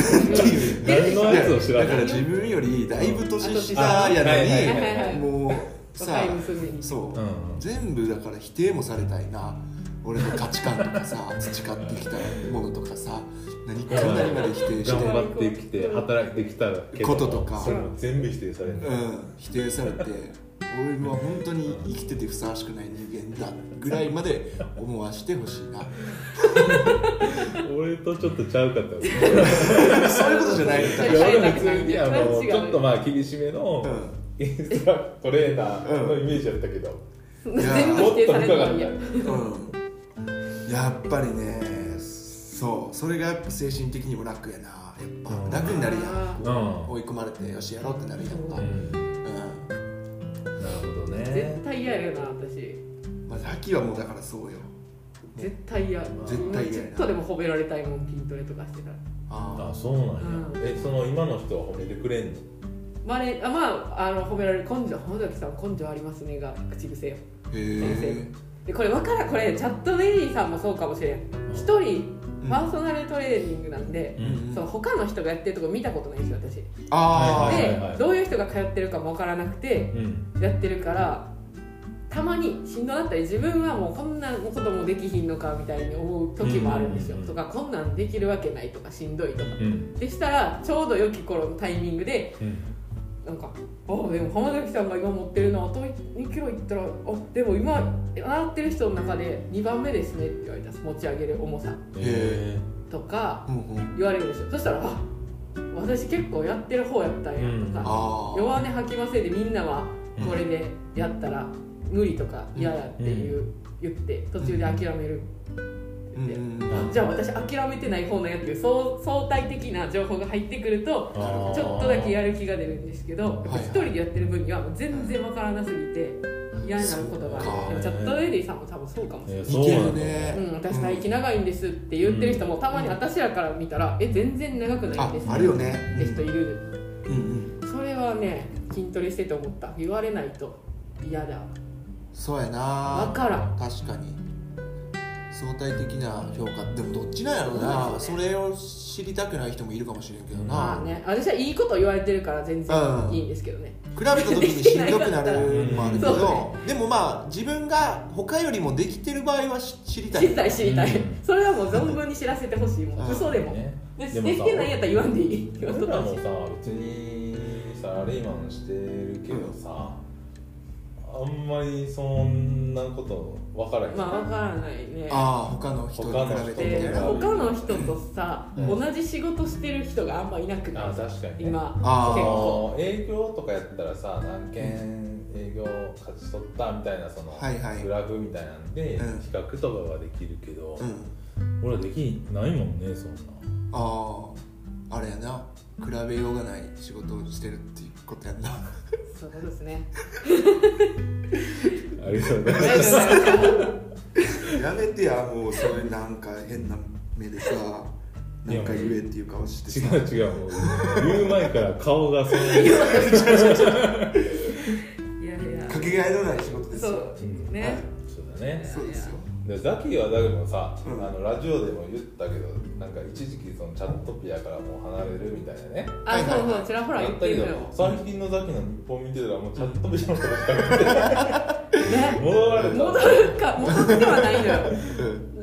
[SPEAKER 2] 何のやつを知ら
[SPEAKER 3] だ
[SPEAKER 2] ん
[SPEAKER 3] から自分よりだいぶ年
[SPEAKER 2] あ
[SPEAKER 3] 下や
[SPEAKER 2] はいはい
[SPEAKER 3] の
[SPEAKER 2] は
[SPEAKER 1] はい
[SPEAKER 2] い
[SPEAKER 1] は
[SPEAKER 2] はい
[SPEAKER 3] にもうさ
[SPEAKER 1] 若い娘に
[SPEAKER 3] そう、
[SPEAKER 2] うんうん
[SPEAKER 3] 全部だから否定もされたいな俺の価値観とか さ培ってきたものとかさ何か
[SPEAKER 2] はい
[SPEAKER 3] 何まで否定し
[SPEAKER 2] 頑
[SPEAKER 3] て、
[SPEAKER 2] 張ってきて働いてきたけど
[SPEAKER 3] こととか
[SPEAKER 2] それも全部否定される。
[SPEAKER 3] うん、否定されて俺は本当に生きててふさわしくない人間だぐらいまで思わしてほしいな
[SPEAKER 2] 俺とちょっとちゃうかった。
[SPEAKER 3] そういうことじゃないんだ
[SPEAKER 2] いや俺普通にあのちょっとまあ厳しめの
[SPEAKER 3] う
[SPEAKER 2] インストラトレーナーのイメージだったけど、
[SPEAKER 1] 全部否定されるのが嫌
[SPEAKER 3] ん、うん、やっぱりねそうそれがやっぱ精神的にも楽やなやっぱ楽になるやん
[SPEAKER 2] うんうん
[SPEAKER 3] 追い込まれてよしやろうってなるやんか、う
[SPEAKER 2] なるほど
[SPEAKER 1] 絶
[SPEAKER 2] ね
[SPEAKER 1] 対嫌やな私
[SPEAKER 3] んまあ、さっきはもうだからそうよ
[SPEAKER 1] 絶対嫌
[SPEAKER 3] 絶対嫌やな
[SPEAKER 1] ちょっとでも褒められたいもん筋トレとかしてたら
[SPEAKER 3] あ
[SPEAKER 2] あそうなん
[SPEAKER 1] う
[SPEAKER 2] や、
[SPEAKER 1] ん
[SPEAKER 2] えその今の人は褒めてくれんの
[SPEAKER 1] まあねあまああの褒められる根性浜崎さん根性ありますねが口癖よ
[SPEAKER 3] あへ
[SPEAKER 1] 先生
[SPEAKER 3] え
[SPEAKER 1] でこれわからんこれチャットベリーさんもそうかもしれん一人パーソナルトレーニングなんで、
[SPEAKER 2] うん
[SPEAKER 1] その他の人がやってるとこ見たことないんですよ私
[SPEAKER 3] ああ、
[SPEAKER 2] はいはい
[SPEAKER 1] で、どういう人が通ってるかもわからなくて
[SPEAKER 2] うん
[SPEAKER 1] やってるからたまにしんどなったり自分はもうこんなこともできひんのかみたいに思う時もあるんですよ、
[SPEAKER 2] うんうん
[SPEAKER 1] と
[SPEAKER 2] うん
[SPEAKER 1] かこんなんできるわけないとかしんどいとか
[SPEAKER 2] うん
[SPEAKER 1] でしたらちょうど良き頃のタイミングで
[SPEAKER 2] うん
[SPEAKER 1] なんか「あでも浜崎さんが今持ってるのあと2キロいったらあでも今洗ってる人の中で2番目ですね」って言われたんです持ち上げる重さ
[SPEAKER 2] へ
[SPEAKER 1] とか
[SPEAKER 3] うんうん、
[SPEAKER 1] 言われるんですよそしたら「あ私結構やってる方やったんや」とか「
[SPEAKER 3] ああ
[SPEAKER 1] 弱音吐きませんでみんなはこれでやったら無理とか嫌だ」っていう、言って途中で諦めるって言って。
[SPEAKER 2] うん
[SPEAKER 1] じゃあ私諦めてない方なんやっていう相相対的な情報が入ってくると
[SPEAKER 2] ーあー
[SPEAKER 1] ちょっとだけやる気が出るんですけど
[SPEAKER 3] い
[SPEAKER 1] 一人でやってる分にはもう全然わからなすぎて嫌になることがある
[SPEAKER 3] そうか
[SPEAKER 1] でもチャットレディさんも多分そうかもしれ
[SPEAKER 2] え
[SPEAKER 1] ない。
[SPEAKER 2] ー
[SPEAKER 3] 似
[SPEAKER 2] そう
[SPEAKER 3] て
[SPEAKER 2] な
[SPEAKER 3] る
[SPEAKER 2] んだ
[SPEAKER 3] ね、
[SPEAKER 1] うん、私最近長いんですって言ってる人もたまに私らから見たら「え全然長くないん
[SPEAKER 3] あ
[SPEAKER 1] です」
[SPEAKER 3] あるよね
[SPEAKER 1] って人いる
[SPEAKER 3] うんうん
[SPEAKER 1] それはね筋トレしてて思った言われないと嫌だ
[SPEAKER 3] そうやな
[SPEAKER 1] わからん
[SPEAKER 3] 確かに相対的な評価でもどっちなんやろうな
[SPEAKER 1] そうです
[SPEAKER 3] そ
[SPEAKER 1] ね
[SPEAKER 3] れを知りたくない人もいるかもしれんけど
[SPEAKER 1] まあ
[SPEAKER 3] な、
[SPEAKER 1] ね私はいいこと言われてるから全然いいんですけどね
[SPEAKER 3] 比べた時にしんどくなるのもあるけ
[SPEAKER 1] そう
[SPEAKER 3] ど、でもまあ自分が他よりもできてる場合はし知りた
[SPEAKER 1] 知り
[SPEAKER 3] い
[SPEAKER 1] たい知りたい、
[SPEAKER 2] うん
[SPEAKER 1] それはもう存分に知らせてほしいも
[SPEAKER 3] うん
[SPEAKER 1] ん嘘でも、
[SPEAKER 2] ね
[SPEAKER 1] で
[SPEAKER 2] でもさ
[SPEAKER 1] できてないんやったら言わんでいい言わんと
[SPEAKER 2] 俺
[SPEAKER 1] ったた
[SPEAKER 2] も
[SPEAKER 1] ほ
[SPEAKER 2] さ
[SPEAKER 1] しい
[SPEAKER 2] 別にサラリーマンしてるけどさ、あんまりそんなこと分からへん、
[SPEAKER 1] まあわからないね
[SPEAKER 3] ああ他の人に比べてみたい
[SPEAKER 1] で
[SPEAKER 3] な
[SPEAKER 2] 人
[SPEAKER 1] 他の人とさ、
[SPEAKER 2] うん
[SPEAKER 1] 同じ仕事してる人があんまいなくな
[SPEAKER 2] あ
[SPEAKER 1] い
[SPEAKER 2] 確かにね
[SPEAKER 1] 今
[SPEAKER 3] あー
[SPEAKER 2] あ
[SPEAKER 1] 結構
[SPEAKER 2] の営業とかやったらさ何件営業勝ち取ったみたいなその
[SPEAKER 3] はいはい
[SPEAKER 2] グラフみたいなんで比
[SPEAKER 3] うん
[SPEAKER 2] 較とかができるけど、
[SPEAKER 3] うん
[SPEAKER 2] 俺はできないもんねそんな
[SPEAKER 3] あああれやな比べようがない仕事をしてるっていうことや んな
[SPEAKER 1] そういうことですね
[SPEAKER 2] ありがとうござ
[SPEAKER 1] あ
[SPEAKER 2] い
[SPEAKER 1] り
[SPEAKER 2] ま
[SPEAKER 1] が
[SPEAKER 2] す
[SPEAKER 1] とうございました
[SPEAKER 3] やめてやもうそういうなんか変な目でさなんか言えっていう顔して
[SPEAKER 2] 違
[SPEAKER 3] さ
[SPEAKER 2] う違うもう言う前から顔がそ の
[SPEAKER 1] いやいや
[SPEAKER 3] かけがえのない仕事です
[SPEAKER 1] そ
[SPEAKER 3] よ
[SPEAKER 1] う
[SPEAKER 2] うん
[SPEAKER 1] ね、
[SPEAKER 2] そうだね
[SPEAKER 3] そうですよ
[SPEAKER 2] でザキはだけどさ、
[SPEAKER 3] うん
[SPEAKER 2] あのラジオでも言ったけどなんか一時期そのチャットピアからもう離れるみたいなね
[SPEAKER 1] あ
[SPEAKER 3] はいはい
[SPEAKER 1] そうそうちらほら
[SPEAKER 2] や
[SPEAKER 1] 言っ
[SPEAKER 2] っ
[SPEAKER 1] たて
[SPEAKER 2] け
[SPEAKER 1] るの
[SPEAKER 2] ど
[SPEAKER 1] よ
[SPEAKER 2] 最近のザキの日本見てたらもうチャットピアの ことしか見てない
[SPEAKER 1] ね
[SPEAKER 2] 戻られた
[SPEAKER 1] 戻るか戻ってはないの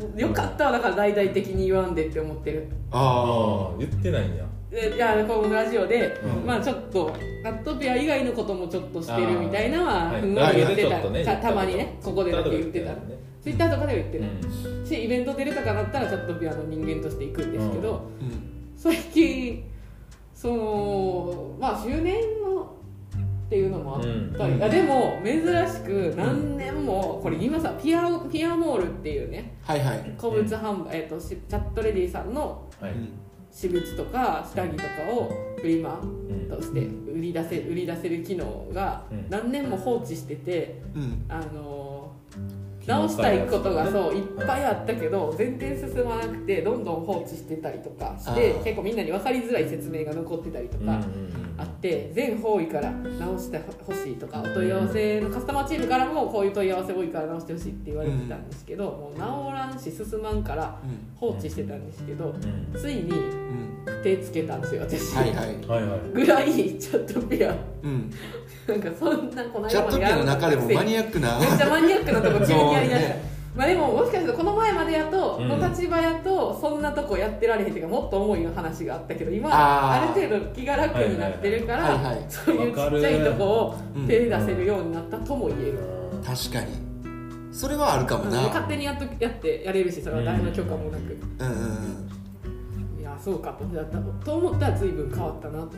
[SPEAKER 3] うん
[SPEAKER 1] よよかったわだから大々的に言わんでって思ってる
[SPEAKER 3] あ
[SPEAKER 2] ああ言ってないんや
[SPEAKER 1] でじゃあこのラジオで、
[SPEAKER 2] うん
[SPEAKER 1] まあちょっとナットピア以外のこともちょっとしてるみたいなのは
[SPEAKER 2] はい
[SPEAKER 1] ふんわり言って
[SPEAKER 2] ラ
[SPEAKER 1] た、
[SPEAKER 2] ジオでちょっとね
[SPEAKER 1] たたまにねここでだけ言ってた
[SPEAKER 2] 後で
[SPEAKER 1] ツイッターとかでは言って
[SPEAKER 2] 言
[SPEAKER 1] ない、
[SPEAKER 2] ってたよね
[SPEAKER 1] しイベント出るとかだったらチャットピアの人間として行くんですけど、
[SPEAKER 3] うん
[SPEAKER 1] 最近そのまあ周年のっていうのもあったり、
[SPEAKER 3] うん
[SPEAKER 1] あでも珍しく何年もこれ今さピアピアモールっていうね
[SPEAKER 3] はいはい
[SPEAKER 1] 古物販売、えっとしチャットレディさんの
[SPEAKER 2] うんは
[SPEAKER 3] う
[SPEAKER 2] い
[SPEAKER 3] ん
[SPEAKER 1] 私物とか下着とかをフリマ
[SPEAKER 2] うん
[SPEAKER 1] として売り出せ売り出せる機能が
[SPEAKER 2] うん
[SPEAKER 1] 何年も放置してて、
[SPEAKER 3] うん
[SPEAKER 1] あのー直したいことがそういっぱいあったけど全然進まなくてどんどん放置してたりとかして
[SPEAKER 3] あー
[SPEAKER 1] 結構みんなに分かりづらい説明が残ってたりと
[SPEAKER 2] うんうん
[SPEAKER 1] かあって全方位から直してほしいとかお問い合わせのカスタマーチームからもこういう問い合わせ多いから直してほしいって言われてたんですけどもう直らんし進まんから
[SPEAKER 3] うん
[SPEAKER 1] 放置してたんですけど
[SPEAKER 2] うんうん
[SPEAKER 1] ついに
[SPEAKER 3] うん
[SPEAKER 1] 手つけたんですよ私。
[SPEAKER 3] はいはい
[SPEAKER 2] はいはい
[SPEAKER 1] ぐらいチャットピア
[SPEAKER 3] うん
[SPEAKER 1] なんかそんなこの
[SPEAKER 3] チャットピアの中でもマ
[SPEAKER 1] ア
[SPEAKER 3] ニアックな
[SPEAKER 1] めっちゃマニアックなとこ急にやりだした、
[SPEAKER 3] そうね
[SPEAKER 1] まあでももしかしたらこの前までやと、
[SPEAKER 2] うん
[SPEAKER 1] この立場やとそんなとこやってられへんっていうかもっと思いの話があったけど今
[SPEAKER 3] あ
[SPEAKER 1] あ
[SPEAKER 3] ー
[SPEAKER 1] る程度気が楽になってるから、
[SPEAKER 3] はいはい
[SPEAKER 1] そういうちっちゃいとこを
[SPEAKER 3] うん
[SPEAKER 1] 手出せるようになったとも言える、
[SPEAKER 3] 確かにそれはあるかも
[SPEAKER 1] うん勝
[SPEAKER 3] な
[SPEAKER 1] 手にやっとやってやれるしそれは誰の許可もなく、
[SPEAKER 3] うんうんうん
[SPEAKER 1] いやそうかと思ったと思ったら随分変わったなと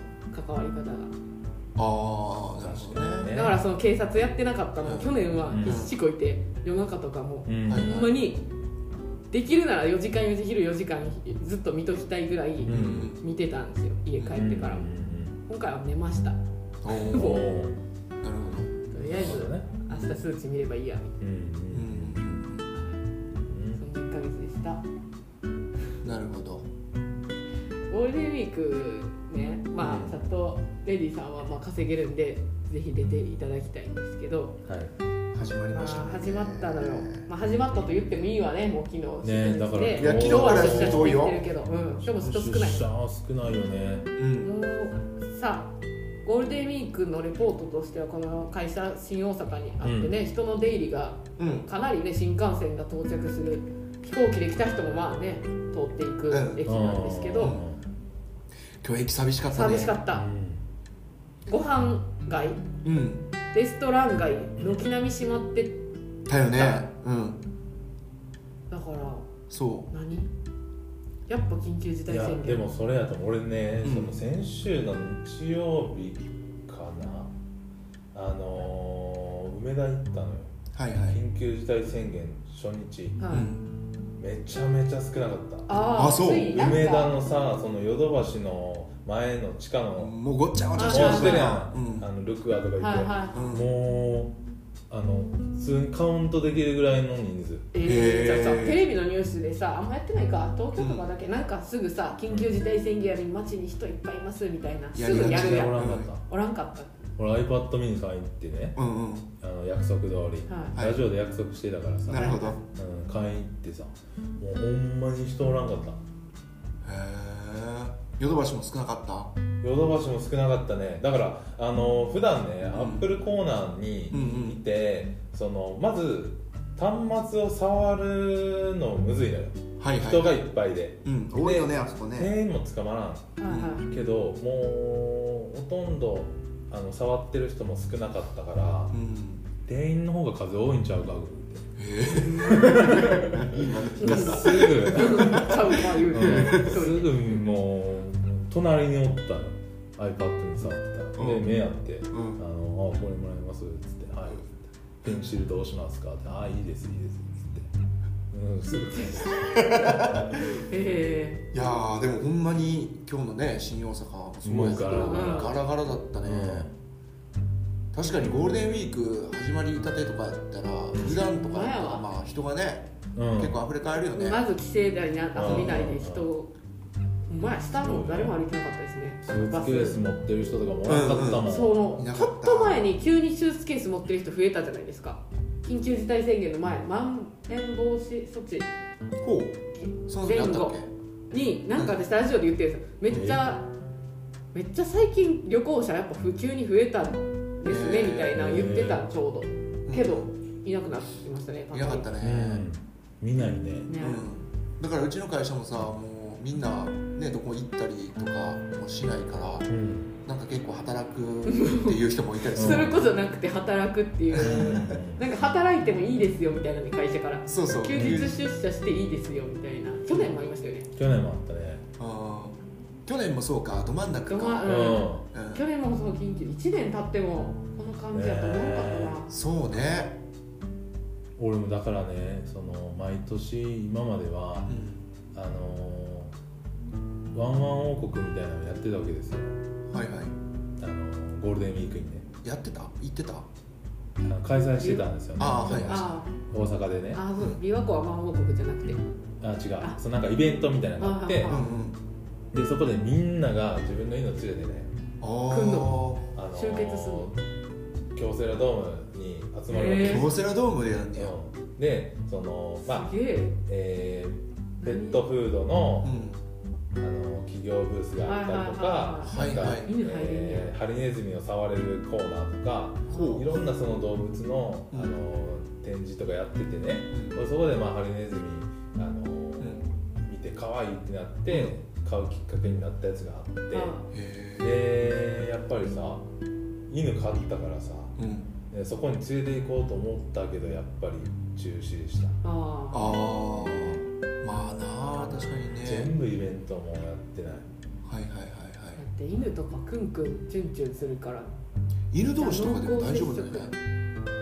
[SPEAKER 1] 関わり方が。
[SPEAKER 3] ああなるほどね
[SPEAKER 1] だからその警察やってなかったのも去年は必死こいて夜中とかも
[SPEAKER 2] うん
[SPEAKER 3] はい
[SPEAKER 1] ほんまにできるなら4時間4時昼4時間ずっと見ときたいぐらい
[SPEAKER 3] うんん
[SPEAKER 1] 見てたんですよ家帰ってからも今回は寝ましたと
[SPEAKER 3] お
[SPEAKER 2] う
[SPEAKER 3] お
[SPEAKER 2] んうんお
[SPEAKER 3] ー
[SPEAKER 2] ー
[SPEAKER 3] なるほど
[SPEAKER 1] りあ
[SPEAKER 2] な
[SPEAKER 1] え
[SPEAKER 2] る
[SPEAKER 1] ず
[SPEAKER 2] ほどね
[SPEAKER 1] 明日数値見ればいいやみ
[SPEAKER 2] うん
[SPEAKER 3] うん
[SPEAKER 1] たいなそんな1ヶ月でした
[SPEAKER 3] なるほど
[SPEAKER 1] ゴールデンウィークねまあチャットレディさんはまあ稼げるんでぜひ出ていただきたいんですけど
[SPEAKER 2] うんはい
[SPEAKER 3] は始まりました
[SPEAKER 1] あ
[SPEAKER 3] ね
[SPEAKER 1] ー始まったのよ、まあ、始まったと言ってもいいわねもう昨日
[SPEAKER 2] ねだから
[SPEAKER 1] い
[SPEAKER 2] いや昨日
[SPEAKER 3] から
[SPEAKER 1] 出社して
[SPEAKER 3] 遠いよ
[SPEAKER 1] きてるけど、うん、でも人少ない
[SPEAKER 2] 出社少ないよね
[SPEAKER 3] うん
[SPEAKER 1] もうさゴールデンウィークのレポートとしてはこの会社新大阪にあってね、人の出入りが
[SPEAKER 3] うん
[SPEAKER 1] かなりね新幹線が到着する飛行機で来た人もまあね通っていく
[SPEAKER 3] うん
[SPEAKER 1] 駅なんですけど、
[SPEAKER 2] うん
[SPEAKER 3] 今日駅寂しかったね
[SPEAKER 1] 寂しかった、ご飯街
[SPEAKER 3] うん
[SPEAKER 1] レストラン街軒並み閉まって
[SPEAKER 3] だよねうん
[SPEAKER 1] だから
[SPEAKER 3] そ
[SPEAKER 1] 何やっぱ緊急事
[SPEAKER 2] い
[SPEAKER 1] 態
[SPEAKER 2] や
[SPEAKER 1] 宣言
[SPEAKER 2] でもそれやと思う俺ね、
[SPEAKER 3] うん
[SPEAKER 2] その先週の日曜日かなあのー、梅田行ったのよ
[SPEAKER 3] うはいはい、
[SPEAKER 2] 緊急事態宣言初日
[SPEAKER 1] は
[SPEAKER 3] う
[SPEAKER 1] い、
[SPEAKER 3] ん、
[SPEAKER 2] めちゃめちゃ少なかった
[SPEAKER 1] ああ
[SPEAKER 3] あそう
[SPEAKER 1] ついなんか
[SPEAKER 2] 梅田のさそのヨドバシの前の地下の
[SPEAKER 3] もうごっちゃごちゃ
[SPEAKER 1] あ
[SPEAKER 2] もう
[SPEAKER 3] して
[SPEAKER 2] して
[SPEAKER 3] る
[SPEAKER 2] るや、
[SPEAKER 3] うん
[SPEAKER 2] あのルクアとか行
[SPEAKER 1] はい
[SPEAKER 2] っ
[SPEAKER 1] はい
[SPEAKER 3] んうん
[SPEAKER 2] て、もうあの普通にカウントできるぐらいの人数
[SPEAKER 1] え
[SPEAKER 3] へー
[SPEAKER 1] ー、じゃあさテレビのニュースでさあんまやってないか東京とかだけ、なんかすぐさ緊急事態宣言やる街に人いっぱいいますみたいな
[SPEAKER 3] や
[SPEAKER 1] す
[SPEAKER 3] りが
[SPEAKER 1] ぐやる
[SPEAKER 3] ちだ
[SPEAKER 2] 全
[SPEAKER 1] や
[SPEAKER 2] 然お
[SPEAKER 1] ん
[SPEAKER 2] らんかった、
[SPEAKER 1] おらんかった
[SPEAKER 2] 俺 iPad ミニさん行ってね
[SPEAKER 3] うんうん
[SPEAKER 2] あの約束通り、
[SPEAKER 1] はい
[SPEAKER 3] はい
[SPEAKER 2] ラジオで約束してたからさ、
[SPEAKER 3] なるほどへ
[SPEAKER 2] うん、会員行ってさもうほんまに人おらんかった
[SPEAKER 3] えヨドバシも少なかった
[SPEAKER 2] ヨドバシも少なかったねだからあの普段ね、アップルコーナーに
[SPEAKER 3] うん
[SPEAKER 2] いて、そのまず端末を触るのむずいのよ
[SPEAKER 3] うんはいはい
[SPEAKER 2] 人がいっぱいで、
[SPEAKER 3] うん多いよねあそこね
[SPEAKER 2] 店員も捕まらん
[SPEAKER 1] はいはい
[SPEAKER 2] けどもうほとんどあの触ってる人も少なかったから
[SPEAKER 3] うん
[SPEAKER 2] 店員の方が数多いんちゃうかって
[SPEAKER 1] うん
[SPEAKER 2] すぐ、
[SPEAKER 1] ちゃうか言う
[SPEAKER 2] うん
[SPEAKER 1] て
[SPEAKER 2] すぐもう隣におった iPad に触ってたらで
[SPEAKER 3] うん
[SPEAKER 2] 目合って
[SPEAKER 3] う
[SPEAKER 2] 「あ
[SPEAKER 3] ん
[SPEAKER 2] のあこれもらいます」っつって「はい」ペンシルどうしますか?」って「ああいいですいいです」っつって、うん、すぐ返して
[SPEAKER 1] え
[SPEAKER 3] いやーでもほんまに今日のね新大阪もすごいですけど
[SPEAKER 2] も
[SPEAKER 1] ガラ
[SPEAKER 2] う
[SPEAKER 1] ガラ
[SPEAKER 3] ガラガラだったね、確かにゴールデンウィーク始まりたてとかやったら普段とかやったら
[SPEAKER 1] 前は
[SPEAKER 3] まあ人がね、
[SPEAKER 2] うん
[SPEAKER 3] 結構溢れ返るよ
[SPEAKER 1] え
[SPEAKER 3] ね、
[SPEAKER 1] まず帰省だにな遊びないで人
[SPEAKER 2] う
[SPEAKER 1] をほんまあ下も誰も歩いてなかったですね
[SPEAKER 2] スーツケース持ってる人とかもおらんかったもん、
[SPEAKER 1] その
[SPEAKER 3] いな
[SPEAKER 1] ち
[SPEAKER 3] か
[SPEAKER 1] ょ
[SPEAKER 3] っ
[SPEAKER 1] ったと前に急にスーツケース持ってる人増えたじゃないですか緊急事態宣言の前まん延防止措置
[SPEAKER 3] ほうその時あったっけ
[SPEAKER 1] になんか私ラジオで言ってるんですよめっちゃめっちゃ最近旅行者やっぱ普及に増えたんですね
[SPEAKER 3] へー
[SPEAKER 1] みたいな言ってたちょうど
[SPEAKER 3] ん
[SPEAKER 1] けどいなくなってきましたね
[SPEAKER 3] いなかった
[SPEAKER 2] う
[SPEAKER 3] ね、
[SPEAKER 2] ん、見ないね
[SPEAKER 1] ね
[SPEAKER 3] うん、だからうちの会社もさもうみんなねどこ行ったりとかもしないから
[SPEAKER 2] うん、
[SPEAKER 3] なんか結構働くっていう人もいたりす
[SPEAKER 1] す
[SPEAKER 3] る
[SPEAKER 1] ることなくて働くっていうなんか働いてもいいですよみたいなね会社から
[SPEAKER 3] そうそう
[SPEAKER 1] 休日出社していいですよみたいな去年もありましたよね
[SPEAKER 2] 去年もあったね
[SPEAKER 3] あー去年もそうかど真ん中
[SPEAKER 1] ど
[SPEAKER 3] か、
[SPEAKER 1] ま
[SPEAKER 2] う、
[SPEAKER 1] うんん
[SPEAKER 3] うん
[SPEAKER 1] 去年もその緊急1年経ってもこの感じやと思わなかったな、
[SPEAKER 3] そうね、
[SPEAKER 2] 俺もだからねその毎年今までは
[SPEAKER 3] うん、
[SPEAKER 2] あのーワンワン王国みたいなのやってたわけですよ
[SPEAKER 3] はいは
[SPEAKER 2] あのーゴールデンウィークにね
[SPEAKER 3] いやってた行ってた
[SPEAKER 2] あの開催してたんですよね
[SPEAKER 3] あーはい
[SPEAKER 1] あ
[SPEAKER 2] 大阪で
[SPEAKER 1] ー
[SPEAKER 2] ねあ
[SPEAKER 1] あーそう琵琶湖は魔王国じゃなくて
[SPEAKER 2] 違う
[SPEAKER 1] あ
[SPEAKER 2] そのなんかイベントみたいなのがあって
[SPEAKER 1] あ
[SPEAKER 3] うん
[SPEAKER 1] ー
[SPEAKER 3] うん
[SPEAKER 2] でそこでみんなが自分の命でね
[SPEAKER 3] あ
[SPEAKER 1] 来ん
[SPEAKER 3] あ
[SPEAKER 2] あのー
[SPEAKER 1] 集結するの
[SPEAKER 2] 京セラドームに集まるわけ
[SPEAKER 1] へ
[SPEAKER 2] で
[SPEAKER 1] ー
[SPEAKER 3] 京セラドームでやんね
[SPEAKER 2] す
[SPEAKER 3] や
[SPEAKER 2] よ、でそのますあ
[SPEAKER 1] げえ
[SPEAKER 2] えーペットフードの、
[SPEAKER 3] うん
[SPEAKER 2] あの企業ブースがあったりとか
[SPEAKER 3] はいはいはいは
[SPEAKER 2] なんか
[SPEAKER 3] いはいはい
[SPEAKER 1] 犬入れんね
[SPEAKER 2] えーハリネズミを触れるコーナーとか
[SPEAKER 3] ほ
[SPEAKER 2] いろんなその動物の
[SPEAKER 3] う
[SPEAKER 2] あ
[SPEAKER 3] ん
[SPEAKER 2] の展示とかやっててね
[SPEAKER 3] う
[SPEAKER 2] そこでまあハリネズミあの
[SPEAKER 3] うん
[SPEAKER 2] 見て可愛いってなって買うきっかけになったやつがあっ
[SPEAKER 3] へ
[SPEAKER 2] て
[SPEAKER 3] え
[SPEAKER 2] でやっぱりさ犬飼ったからさ
[SPEAKER 3] うん
[SPEAKER 2] でそこに連れて行こうと思ったけどやっぱり中止した
[SPEAKER 1] ああ
[SPEAKER 3] ああまあなあ確かにね
[SPEAKER 2] 全部イベントもやってない
[SPEAKER 3] はいはいはいはい
[SPEAKER 1] だって犬とかクンクンチュンチュンするから
[SPEAKER 3] 犬同士とかでも大丈夫だよね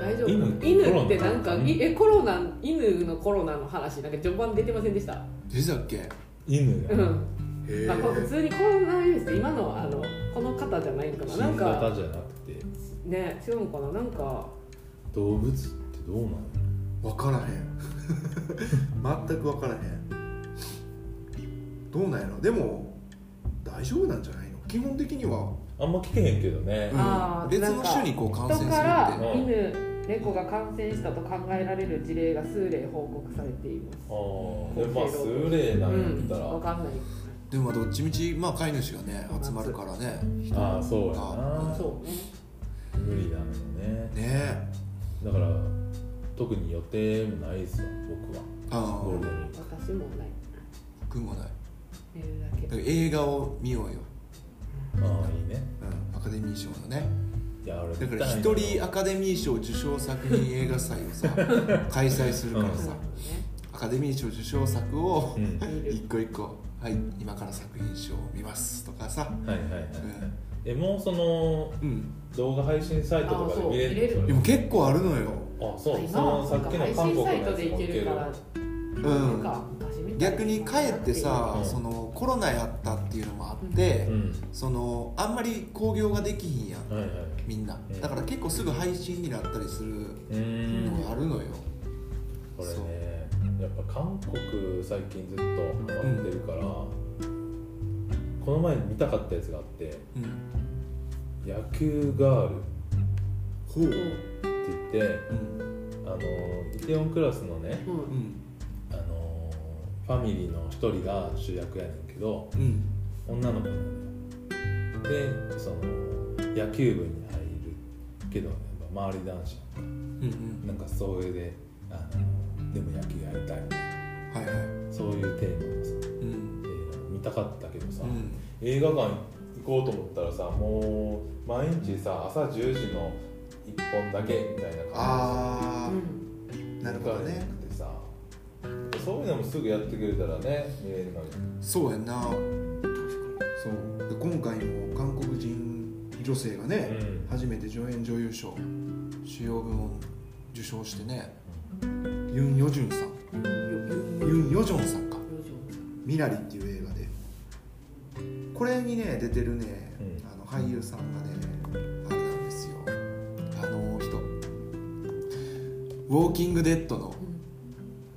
[SPEAKER 1] 大丈夫
[SPEAKER 2] 犬
[SPEAKER 1] 犬ってなんか
[SPEAKER 2] コロナ
[SPEAKER 1] いえコロナ犬のコロナの話なんか序盤出てませんでした
[SPEAKER 3] 出てたっけへ
[SPEAKER 2] 犬
[SPEAKER 1] う
[SPEAKER 2] が
[SPEAKER 1] ん、
[SPEAKER 3] え
[SPEAKER 1] まあ、これ普通にコロナウイルスって今のあのこの方じゃないのかな
[SPEAKER 2] 新
[SPEAKER 1] なんか
[SPEAKER 2] 型じゃなくて
[SPEAKER 1] ね違うのかななんか
[SPEAKER 2] 動物ってどうなの
[SPEAKER 3] 分からへん全く分からへんどうなんやろでも大丈夫なんじゃないの基本的には
[SPEAKER 2] あんま聞けへんけどね
[SPEAKER 1] あー
[SPEAKER 3] 別の種にこう感染す
[SPEAKER 1] 人
[SPEAKER 3] る
[SPEAKER 1] から
[SPEAKER 3] っ
[SPEAKER 2] うん
[SPEAKER 1] 犬猫が感染したと考えられる事例が数例報告されています
[SPEAKER 2] あーでまあ数例なんやったら、
[SPEAKER 1] うん、わかんない
[SPEAKER 3] でもまあどっちみち、まあ、飼い主がね集まるからね人
[SPEAKER 2] ああそうや
[SPEAKER 3] が
[SPEAKER 2] な
[SPEAKER 1] そうね
[SPEAKER 2] 無理なのね
[SPEAKER 3] ねえ
[SPEAKER 2] だから特に予定もないですわ僕は
[SPEAKER 3] あ
[SPEAKER 2] ゴールデ
[SPEAKER 3] あ
[SPEAKER 2] ンウィーク
[SPEAKER 1] 私もない
[SPEAKER 3] 僕もない
[SPEAKER 1] 寝るだけ
[SPEAKER 3] だから映画を見ようよ、
[SPEAKER 2] ああいいね
[SPEAKER 3] うん、アカデミー賞のね
[SPEAKER 2] いや俺
[SPEAKER 3] だか
[SPEAKER 2] 見
[SPEAKER 3] ら
[SPEAKER 2] たいな
[SPEAKER 3] 一人アカデミー賞受賞作品映画祭をさ開催するか
[SPEAKER 1] そ
[SPEAKER 3] ら
[SPEAKER 1] う
[SPEAKER 3] さ
[SPEAKER 1] ね
[SPEAKER 3] アカデミー賞受賞作を
[SPEAKER 2] うん
[SPEAKER 1] 見る
[SPEAKER 3] 一個一個はい今から作品賞を見ますとかさ
[SPEAKER 2] はいはいはい、
[SPEAKER 3] うん
[SPEAKER 2] えもうその
[SPEAKER 3] うん
[SPEAKER 2] 動画配信サイトとかで見れる
[SPEAKER 1] あ
[SPEAKER 2] の
[SPEAKER 1] そう
[SPEAKER 3] でも結構あるのよ
[SPEAKER 2] あそうそ
[SPEAKER 1] 今は
[SPEAKER 2] の
[SPEAKER 1] そ
[SPEAKER 2] さ
[SPEAKER 1] うか
[SPEAKER 2] っきの
[SPEAKER 1] 配
[SPEAKER 2] 韓
[SPEAKER 1] 信
[SPEAKER 2] 国の
[SPEAKER 1] サイ
[SPEAKER 2] や
[SPEAKER 1] ト
[SPEAKER 2] つ
[SPEAKER 1] で
[SPEAKER 2] も
[SPEAKER 1] いけるから、
[SPEAKER 3] う
[SPEAKER 1] なん
[SPEAKER 3] ん
[SPEAKER 1] か昔みたいな
[SPEAKER 3] 逆にかえってさ
[SPEAKER 2] うん
[SPEAKER 3] そのコロナやったっていうのもあって
[SPEAKER 2] うん
[SPEAKER 3] そのあんまり興行ができひんやん
[SPEAKER 2] はいはい
[SPEAKER 3] みんな
[SPEAKER 2] うん
[SPEAKER 3] だから結構すぐ配信になったりする
[SPEAKER 2] うーん
[SPEAKER 3] のがあるのよ
[SPEAKER 2] これ
[SPEAKER 3] そう
[SPEAKER 2] ねやっぱ韓国最近ずっとハマってるから、この前見たかったやつがあって
[SPEAKER 3] う
[SPEAKER 2] 「
[SPEAKER 3] ん
[SPEAKER 2] 野球ガール」
[SPEAKER 3] ほう
[SPEAKER 2] って言って
[SPEAKER 3] うん
[SPEAKER 2] あのイテオンクラスのね
[SPEAKER 1] うん、う、
[SPEAKER 3] うんん
[SPEAKER 2] あのファミリーの一人が主役やねんけど
[SPEAKER 3] うん
[SPEAKER 2] 女の子なのよでその野球部に入るけど、やっぱ周り男子
[SPEAKER 3] うんうん
[SPEAKER 2] なんかそれであのでも野球やりたい
[SPEAKER 3] はいはい
[SPEAKER 2] そういうテーマのさ
[SPEAKER 3] うん
[SPEAKER 2] 映画見たかったけどさ、
[SPEAKER 3] うん
[SPEAKER 2] 映画館行こうと思ったらさもう毎日さ朝10時の1本だけみたいな感
[SPEAKER 3] ああ
[SPEAKER 2] じ
[SPEAKER 3] なるほどね
[SPEAKER 2] でさそういうのもすぐやってくれたらね見れるのに
[SPEAKER 3] そうやんなそうで今回も韓国人女性がね、
[SPEAKER 2] うん
[SPEAKER 3] 初めて助演女優賞主要部門受賞してねユン・ヨジュンさん
[SPEAKER 1] うん
[SPEAKER 3] ユン・ヨジョンさんか
[SPEAKER 1] 養生
[SPEAKER 3] 「ミラリ」っていう映画でこれにね出てるね、
[SPEAKER 2] うん
[SPEAKER 3] あの俳優さんがねあれなんですよあの人「ウォーキング・デッド」の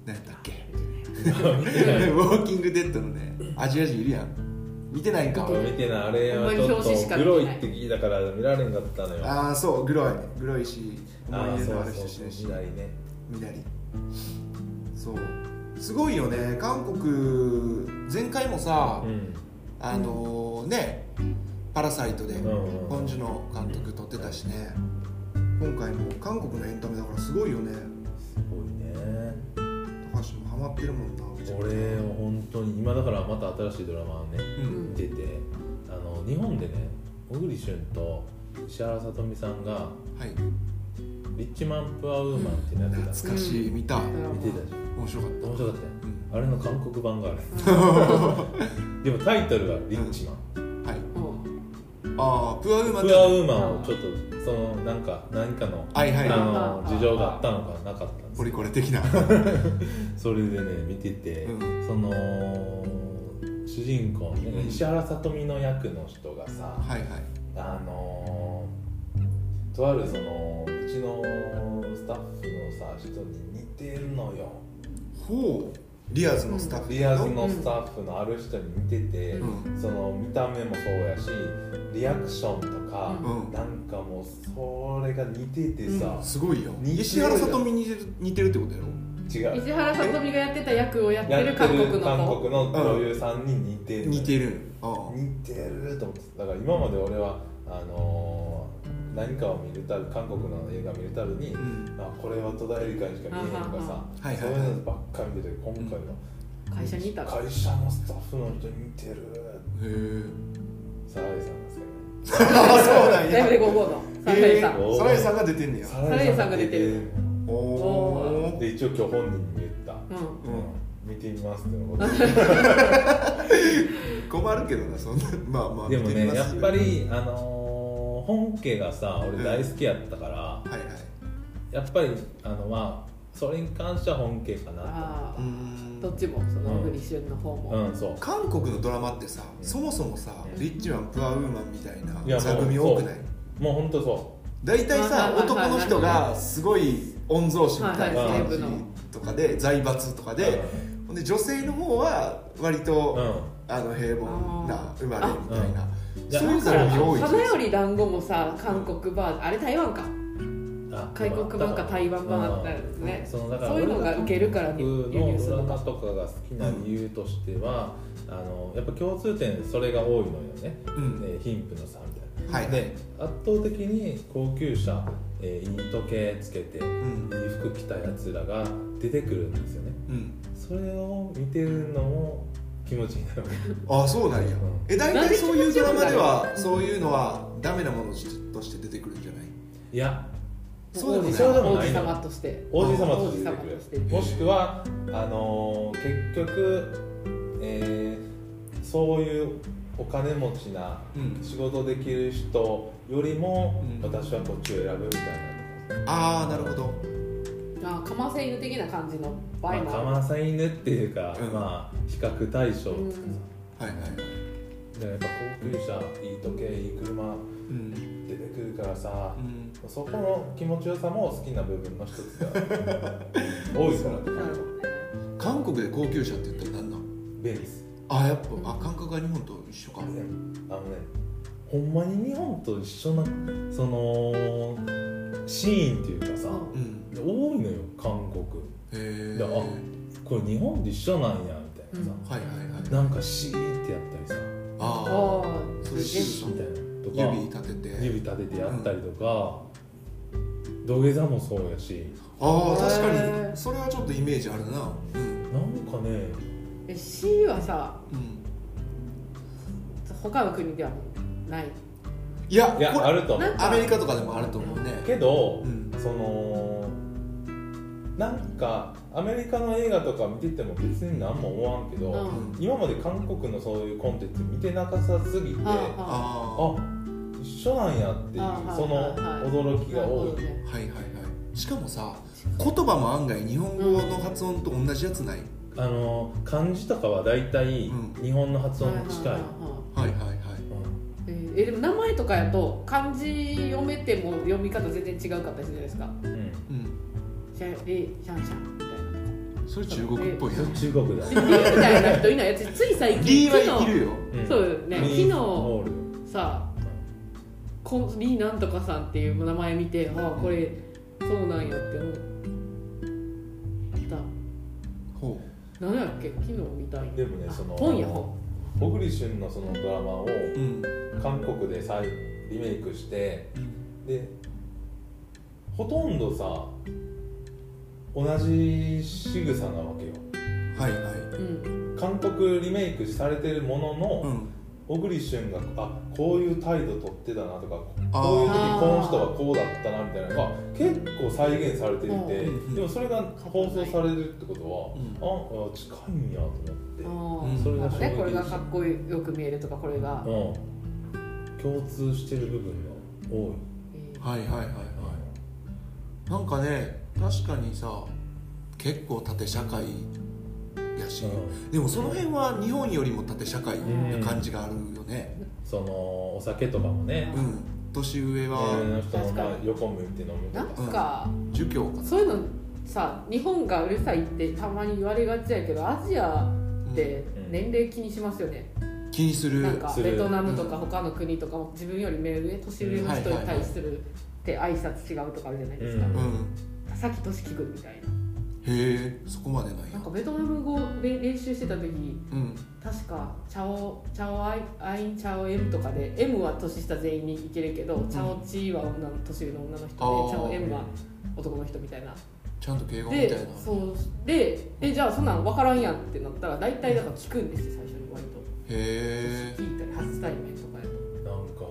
[SPEAKER 3] 何やったっけ ウォーキング・デッドのねアジア人いるやん見てないんか
[SPEAKER 2] 見てないあれ
[SPEAKER 1] ほん
[SPEAKER 2] はち
[SPEAKER 1] まに
[SPEAKER 2] ょっ
[SPEAKER 1] 表紙しか
[SPEAKER 2] と
[SPEAKER 1] 見
[SPEAKER 2] グ
[SPEAKER 1] てない
[SPEAKER 2] ロいって聞いたから見られんかったのよ
[SPEAKER 3] ああそうグロいグロいし思い
[SPEAKER 2] あー
[SPEAKER 3] 入れ
[SPEAKER 2] そ
[SPEAKER 3] のあ
[SPEAKER 2] う
[SPEAKER 3] る
[SPEAKER 2] そう
[SPEAKER 3] 人し
[SPEAKER 2] そ
[SPEAKER 3] てるし
[SPEAKER 2] う左ね
[SPEAKER 3] みなりそうすごいよね韓国前回もさ、
[SPEAKER 2] うん
[SPEAKER 3] あのーねパラサイトで
[SPEAKER 2] うん
[SPEAKER 3] ポン・ジュの監督撮ってたしね今回も韓国のエンタメだからすごいよね
[SPEAKER 2] すごいね
[SPEAKER 3] 高橋もハマってるもんな
[SPEAKER 2] 俺も本当に今だからまた新しいドラマをね
[SPEAKER 3] うん
[SPEAKER 2] 出てあの日本でね小栗旬と石原さとみさんが
[SPEAKER 3] はい
[SPEAKER 2] 「リッチマン・プア・ウーマン」ってなってた
[SPEAKER 3] 懐かしい見た面
[SPEAKER 2] 見てたじゃ
[SPEAKER 3] 白かっ
[SPEAKER 2] ん面白かったよ
[SPEAKER 3] たうん
[SPEAKER 2] あれの韓国版 がある
[SPEAKER 1] うん
[SPEAKER 2] でもタイトルが「リッチマン」
[SPEAKER 3] はい
[SPEAKER 1] うん
[SPEAKER 3] ああプアウーマン
[SPEAKER 2] プア・ウーマンをちょっとそのなんか何かの
[SPEAKER 3] はい
[SPEAKER 2] あ
[SPEAKER 3] はいはい
[SPEAKER 2] の事情があったのかなかったんですけ
[SPEAKER 3] ポリ
[SPEAKER 2] ど
[SPEAKER 3] コレ的な
[SPEAKER 2] それでね見てて
[SPEAKER 3] う
[SPEAKER 2] その主人公のね
[SPEAKER 3] うん
[SPEAKER 2] 石原さとみの役の人がさ
[SPEAKER 3] はいはい
[SPEAKER 2] あのー、とあるそのうちのスタッフのさ人に似てるのよ
[SPEAKER 3] ほうリアーズのスタッフ
[SPEAKER 2] リアーズのスタッフのある人に似てて、
[SPEAKER 1] う
[SPEAKER 2] その見た目もそうやしリアクションとか、
[SPEAKER 3] うん
[SPEAKER 2] なんかもうそれが似ててさ、
[SPEAKER 3] すごいよ
[SPEAKER 2] 似てる
[SPEAKER 3] 石原さとみに似てる似てるってことやろ
[SPEAKER 2] 違う
[SPEAKER 1] 石原さとみがやってた役をやって
[SPEAKER 2] やって
[SPEAKER 1] る
[SPEAKER 2] る
[SPEAKER 1] 韓国の
[SPEAKER 2] 韓
[SPEAKER 1] 子
[SPEAKER 2] 国の女優さんに似てるのよ
[SPEAKER 3] 似てるああ
[SPEAKER 2] 似てると思ってだから今まで俺はあのー何かを見るたび韓国の映画見るたびに、
[SPEAKER 3] うん
[SPEAKER 2] あこれは戸田恵梨香にしか見えへんとかさ
[SPEAKER 3] あはあはあ
[SPEAKER 2] そういうのばっかり見てて今回
[SPEAKER 1] 会社にいた
[SPEAKER 2] の
[SPEAKER 1] ら
[SPEAKER 2] 会社のスタッフの人に似てる
[SPEAKER 3] へえ
[SPEAKER 2] サラリーさんなんですけどね
[SPEAKER 3] ああ そうな
[SPEAKER 1] ライ
[SPEAKER 3] んや
[SPEAKER 1] ブで GO!GO! のサラリーさん
[SPEAKER 2] え
[SPEAKER 3] サラエさんが出てんねや
[SPEAKER 2] サ
[SPEAKER 1] ラリーさんが出てる
[SPEAKER 3] お
[SPEAKER 1] お
[SPEAKER 3] お
[SPEAKER 2] で一応今日本人に言った、
[SPEAKER 1] うん
[SPEAKER 2] うん、見てみますってこと
[SPEAKER 3] 困るけどな そんなまあまあ
[SPEAKER 2] でも
[SPEAKER 3] 見てみ
[SPEAKER 2] ね
[SPEAKER 3] ますよ
[SPEAKER 2] やっぱりあのー本家がさ俺大好きやったから、
[SPEAKER 3] はいはい
[SPEAKER 2] やっぱりあのまあそれに関しては本家かな
[SPEAKER 1] あ
[SPEAKER 3] うー
[SPEAKER 1] あ
[SPEAKER 3] ん
[SPEAKER 1] どっちもその小栗旬の方
[SPEAKER 2] と
[SPEAKER 1] も
[SPEAKER 2] うんそう
[SPEAKER 3] 韓国のドラマってさ
[SPEAKER 2] うん
[SPEAKER 3] そもそもさ
[SPEAKER 1] うん
[SPEAKER 3] リッチマンプアウーマンみたい
[SPEAKER 2] いや
[SPEAKER 3] な
[SPEAKER 2] もう
[SPEAKER 3] 座組多くない
[SPEAKER 2] もうほんとそ
[SPEAKER 3] 大体さ
[SPEAKER 1] はいはいはい
[SPEAKER 3] 男
[SPEAKER 1] はい
[SPEAKER 3] の人がすごい御曹司みたいな
[SPEAKER 2] はいはい
[SPEAKER 3] 感
[SPEAKER 1] 西
[SPEAKER 3] じ
[SPEAKER 1] 部の
[SPEAKER 3] とかで財閥とか
[SPEAKER 2] う
[SPEAKER 3] でほんで女性の方は割
[SPEAKER 2] うん、
[SPEAKER 3] と
[SPEAKER 2] うん
[SPEAKER 3] あの平凡な生まれみたいな
[SPEAKER 2] うん
[SPEAKER 3] そういうドラマ多いじゃん
[SPEAKER 1] 花より団子もさ韓国バージョンあれ台湾か
[SPEAKER 2] ああ
[SPEAKER 1] 開国版か台湾版あったんですね
[SPEAKER 2] そのだから
[SPEAKER 1] そういうのが受けるから
[SPEAKER 2] 僕
[SPEAKER 1] ね
[SPEAKER 2] の
[SPEAKER 1] 輸入するの
[SPEAKER 2] 裏
[SPEAKER 1] か
[SPEAKER 2] 方とかが好きな理由としては、あのやっぱ共通点それが多いのよね、
[SPEAKER 3] うん
[SPEAKER 2] ね貧富の差みたいな。
[SPEAKER 3] はい
[SPEAKER 2] で圧倒的に高級車、えーいい時計つけていいう服着たやつらが出てくるんですよね
[SPEAKER 3] うん
[SPEAKER 2] それを見てるのも気持ちいいな
[SPEAKER 3] ああそうな
[SPEAKER 2] う
[SPEAKER 3] んや
[SPEAKER 2] ん
[SPEAKER 3] え大体そういうドラマで
[SPEAKER 1] なん
[SPEAKER 3] は
[SPEAKER 1] で気持ちよくなる
[SPEAKER 3] そういうのはダメなものとして出てくるんじゃない
[SPEAKER 2] いや
[SPEAKER 3] そうでもな
[SPEAKER 1] 王
[SPEAKER 3] い
[SPEAKER 1] 子様
[SPEAKER 2] そうでもないの
[SPEAKER 1] 王子様として
[SPEAKER 2] 王子様として
[SPEAKER 1] 王子
[SPEAKER 2] 出て
[SPEAKER 1] 様
[SPEAKER 2] く
[SPEAKER 1] と
[SPEAKER 2] る
[SPEAKER 1] して
[SPEAKER 2] もしくはあのー結局、えーそういうお金持ちな
[SPEAKER 3] うん
[SPEAKER 2] 仕事できる人よりも、
[SPEAKER 3] うん
[SPEAKER 2] 私はこっちを選ぶみたいな
[SPEAKER 3] ああなるほど
[SPEAKER 1] あかませ犬的な感じの場合
[SPEAKER 2] まあか
[SPEAKER 1] もあ
[SPEAKER 2] ませ犬っていうか、
[SPEAKER 3] うん
[SPEAKER 2] まあ比較対象、
[SPEAKER 1] うん
[SPEAKER 3] はいはい
[SPEAKER 2] でやっぱ高級車いい時計いい車
[SPEAKER 3] うん
[SPEAKER 2] 出てくるからさ
[SPEAKER 3] う、ん
[SPEAKER 2] そこの気持ちよさも好きな部分の一つ が多いから
[SPEAKER 1] るなる
[SPEAKER 3] 韓国で高級車って言ったら何なん
[SPEAKER 2] ベニス
[SPEAKER 3] あやっぱあ感覚が日本と一緒か
[SPEAKER 2] あのねほんまに日本と一緒なそのシーンっていうかさ、
[SPEAKER 1] う
[SPEAKER 3] うん
[SPEAKER 2] 多いのよ韓国
[SPEAKER 3] へえ
[SPEAKER 2] いやあこれ日本で一緒なんやみたいなさ、
[SPEAKER 3] はいはいはい
[SPEAKER 2] なんかシーってやったりさ
[SPEAKER 1] ほ
[SPEAKER 3] あ
[SPEAKER 1] どね
[SPEAKER 3] あ
[SPEAKER 1] あ
[SPEAKER 3] そ
[SPEAKER 1] あ
[SPEAKER 3] れ
[SPEAKER 1] すげえ
[SPEAKER 3] し
[SPEAKER 2] みたいな
[SPEAKER 3] 指
[SPEAKER 2] とか
[SPEAKER 3] 立てて
[SPEAKER 2] 指立ててやったりとか、土下座もそうやし
[SPEAKER 3] ああ確か
[SPEAKER 1] へ
[SPEAKER 3] に
[SPEAKER 1] ー
[SPEAKER 3] それはちょっとイメージあるなうん、
[SPEAKER 2] なんかね
[SPEAKER 1] え C はさ
[SPEAKER 3] うん、
[SPEAKER 1] 他の国ではもうない
[SPEAKER 3] いや
[SPEAKER 2] いや
[SPEAKER 3] これ
[SPEAKER 2] あると思う
[SPEAKER 1] なんか
[SPEAKER 3] アメリカとかでもあると思うね
[SPEAKER 2] けど、
[SPEAKER 3] うん
[SPEAKER 2] そのなんかアメリカの映画とか見てても別に何も思わんけど、
[SPEAKER 1] うん
[SPEAKER 2] 今まで韓国のそういうコンテンツ見てなかさすぎて、あ
[SPEAKER 1] あ
[SPEAKER 3] あ
[SPEAKER 2] 一緒なんやっていう、
[SPEAKER 1] あはい
[SPEAKER 2] その驚きが多い、
[SPEAKER 3] あはいはいはいしかもさ言葉も案外日本語の発音と同じやつない、
[SPEAKER 2] あの漢字とかは大体
[SPEAKER 3] うん
[SPEAKER 2] 日本の発音に近い、
[SPEAKER 3] はいはいはい
[SPEAKER 2] うん
[SPEAKER 1] えーえでも名前とかやと漢字読めても読み方全然違うかったりするじゃないですか
[SPEAKER 2] うん
[SPEAKER 3] うん
[SPEAKER 1] シャえシャンシャンみたいな
[SPEAKER 3] それ中国っぽいや
[SPEAKER 2] それ
[SPEAKER 3] ん
[SPEAKER 2] 中国だ
[SPEAKER 1] リ ーみたいな人いないやつつい最
[SPEAKER 3] リ
[SPEAKER 1] 近
[SPEAKER 3] ー
[SPEAKER 1] 昨
[SPEAKER 3] は生き
[SPEAKER 1] 日
[SPEAKER 3] るよ
[SPEAKER 2] ん
[SPEAKER 1] そうよね
[SPEAKER 2] ミー
[SPEAKER 1] 昨日
[SPEAKER 2] ホール
[SPEAKER 1] さこリーなんとかさんっていう名前見てああこれそうなんやって思った
[SPEAKER 3] ほ
[SPEAKER 1] 何やっけ昨日見たい
[SPEAKER 2] でもねその
[SPEAKER 1] 本や本
[SPEAKER 2] 小栗旬のそのドラマを
[SPEAKER 3] ううん
[SPEAKER 2] 韓国で再リメイクしてでほとんどさ同じ仕草なわけよ
[SPEAKER 3] はいはい
[SPEAKER 1] うん
[SPEAKER 2] 韓国リメイクされてるもの
[SPEAKER 3] う
[SPEAKER 2] の
[SPEAKER 3] ん
[SPEAKER 2] 小栗旬があこういう態度取ってたなとか
[SPEAKER 3] あー
[SPEAKER 2] こういう時この人はこうだったなみたいなのが結構再現されていて
[SPEAKER 3] うん
[SPEAKER 2] でもそれが放送されるってことはああ近いんや
[SPEAKER 1] あ
[SPEAKER 2] と思って
[SPEAKER 1] ー
[SPEAKER 3] うんそれ
[SPEAKER 1] な
[SPEAKER 2] が
[SPEAKER 1] んかね
[SPEAKER 2] 衝撃でし
[SPEAKER 1] こ
[SPEAKER 2] た
[SPEAKER 1] れがかっこよく見えるとかこれが、
[SPEAKER 2] うん共通してる部分が多い
[SPEAKER 1] えー
[SPEAKER 3] はいはいはいはいなんかね確かにさ結構縦社会やし、
[SPEAKER 2] うん
[SPEAKER 3] でもその辺は日本よりも縦社会
[SPEAKER 2] うん
[SPEAKER 3] な感じがあるよね
[SPEAKER 2] そのお酒とかもね
[SPEAKER 3] うん、年上
[SPEAKER 2] 女
[SPEAKER 3] は
[SPEAKER 2] の人の
[SPEAKER 1] 確かに
[SPEAKER 2] 横向いて飲むと
[SPEAKER 1] な
[SPEAKER 2] か
[SPEAKER 1] んか、
[SPEAKER 3] 儒教か
[SPEAKER 1] そういうのさ日本がうるさいってたまに言われがちやけどアジアって
[SPEAKER 2] うん
[SPEAKER 1] 年齢気にしますよね、
[SPEAKER 3] 気にする
[SPEAKER 1] なんか
[SPEAKER 2] する
[SPEAKER 1] ベトナムとか他の国とかも自分より目上年上の人に対するって挨拶違うとかあるじゃないですか、
[SPEAKER 2] うん
[SPEAKER 3] うん
[SPEAKER 1] さっき年聞くみたい
[SPEAKER 3] へえそこまでなん
[SPEAKER 1] なな
[SPEAKER 3] や
[SPEAKER 1] んかベトナム語で練習してた時
[SPEAKER 3] うん
[SPEAKER 1] 確かチャオチャオアイアインチャオ M とかで M は年下全員にいけるけど、チャオチーは女の年上の女の人でチ
[SPEAKER 3] あー
[SPEAKER 1] ャオ M は男の人みたいな
[SPEAKER 3] ちゃんと敬語みたいな
[SPEAKER 1] でそうでえじゃあそんなん分からんやんってなったら大体だから聞くんですよ最初に割と
[SPEAKER 3] へえ
[SPEAKER 1] 聞いたり初対面とかやと
[SPEAKER 2] なんか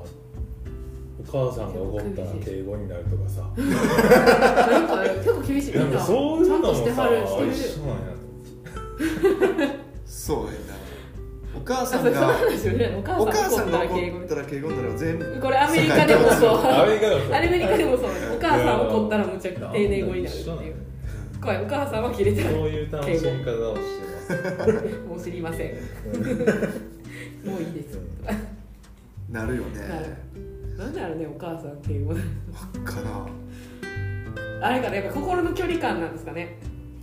[SPEAKER 2] お母さんが怒ったら敬語になるとかさ
[SPEAKER 1] なんか結構厳しいみ
[SPEAKER 2] なん
[SPEAKER 1] ん
[SPEAKER 2] か
[SPEAKER 1] な
[SPEAKER 2] そういうのも
[SPEAKER 1] ちゃんとして
[SPEAKER 2] さ
[SPEAKER 1] はるしてる
[SPEAKER 2] 一緒なんや
[SPEAKER 3] そうやなお母
[SPEAKER 1] あ
[SPEAKER 3] さ
[SPEAKER 1] そ
[SPEAKER 3] ん
[SPEAKER 1] うそう
[SPEAKER 3] が
[SPEAKER 1] なんですよねお
[SPEAKER 3] お
[SPEAKER 1] 母
[SPEAKER 3] 母
[SPEAKER 1] さ
[SPEAKER 3] さ
[SPEAKER 1] ん
[SPEAKER 3] ん
[SPEAKER 1] 怒
[SPEAKER 3] が
[SPEAKER 1] ったら
[SPEAKER 3] 怒
[SPEAKER 1] 敬語
[SPEAKER 3] ったら敬語になら全部
[SPEAKER 1] これアメリカでもそう
[SPEAKER 2] とアメリカでも
[SPEAKER 1] アメリカでもそうお母さん怒ったらむちゃくちゃ丁寧語になるって
[SPEAKER 2] そう
[SPEAKER 1] いうこれお母さんは切れて
[SPEAKER 2] そういう楽しみ方をして ます
[SPEAKER 1] るもう知りませんもういいです
[SPEAKER 3] なるよ
[SPEAKER 1] なる
[SPEAKER 3] ね
[SPEAKER 1] なんだろうねお母さん敬語
[SPEAKER 3] から
[SPEAKER 1] あれかなやっぱ心の距離感なんですかね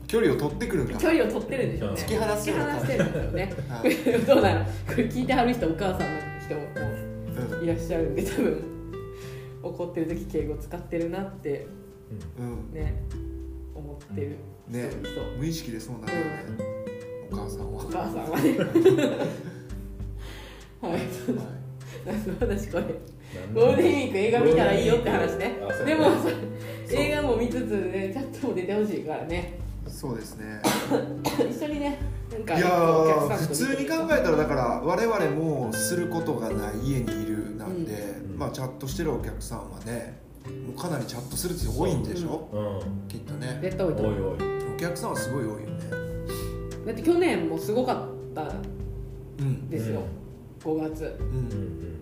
[SPEAKER 3] 距離を取ってくるんか
[SPEAKER 1] 距離を取ってるんでしょうね
[SPEAKER 2] 突
[SPEAKER 3] き放す
[SPEAKER 1] 突き
[SPEAKER 3] ような
[SPEAKER 1] 放
[SPEAKER 3] 感
[SPEAKER 1] し
[SPEAKER 3] じ
[SPEAKER 1] てるんですよね
[SPEAKER 3] は
[SPEAKER 1] こ
[SPEAKER 3] い
[SPEAKER 1] れどうなのこれ聞いてはる人お母さんの人も
[SPEAKER 3] うん
[SPEAKER 1] いらっしゃるんで多分怒ってる時敬語使ってるなって
[SPEAKER 3] うん
[SPEAKER 1] ね思ってる人
[SPEAKER 3] ね
[SPEAKER 1] いそう
[SPEAKER 3] 無意識でそうなるよねお母さんは
[SPEAKER 1] お母さんは ねはい
[SPEAKER 3] はい
[SPEAKER 1] 何の話これ
[SPEAKER 2] なん
[SPEAKER 1] ゴールデンウィーク映画見たらいいよって話ね
[SPEAKER 2] あそう
[SPEAKER 1] でもそれ
[SPEAKER 3] そう
[SPEAKER 1] 映画も見つつねチャットも出てほしいからね
[SPEAKER 3] そうですね
[SPEAKER 1] 一緒にねなんか
[SPEAKER 3] いや
[SPEAKER 1] お客
[SPEAKER 3] ー
[SPEAKER 1] さん
[SPEAKER 3] 普
[SPEAKER 1] と
[SPEAKER 3] 通に考えたらだから我々もすることがない家にいるなんで、
[SPEAKER 2] うん
[SPEAKER 3] まあチャットしてるお客さんはねもうかなりチャットする人多いんでしょ、
[SPEAKER 2] うん
[SPEAKER 3] きっとね
[SPEAKER 1] 絶対多いと
[SPEAKER 2] お
[SPEAKER 1] 思
[SPEAKER 2] いおい
[SPEAKER 3] お客さんはすごい多いよね
[SPEAKER 1] うだって去年もすごかったん
[SPEAKER 3] うん
[SPEAKER 1] ですよ、5月
[SPEAKER 3] う
[SPEAKER 2] うん
[SPEAKER 3] ん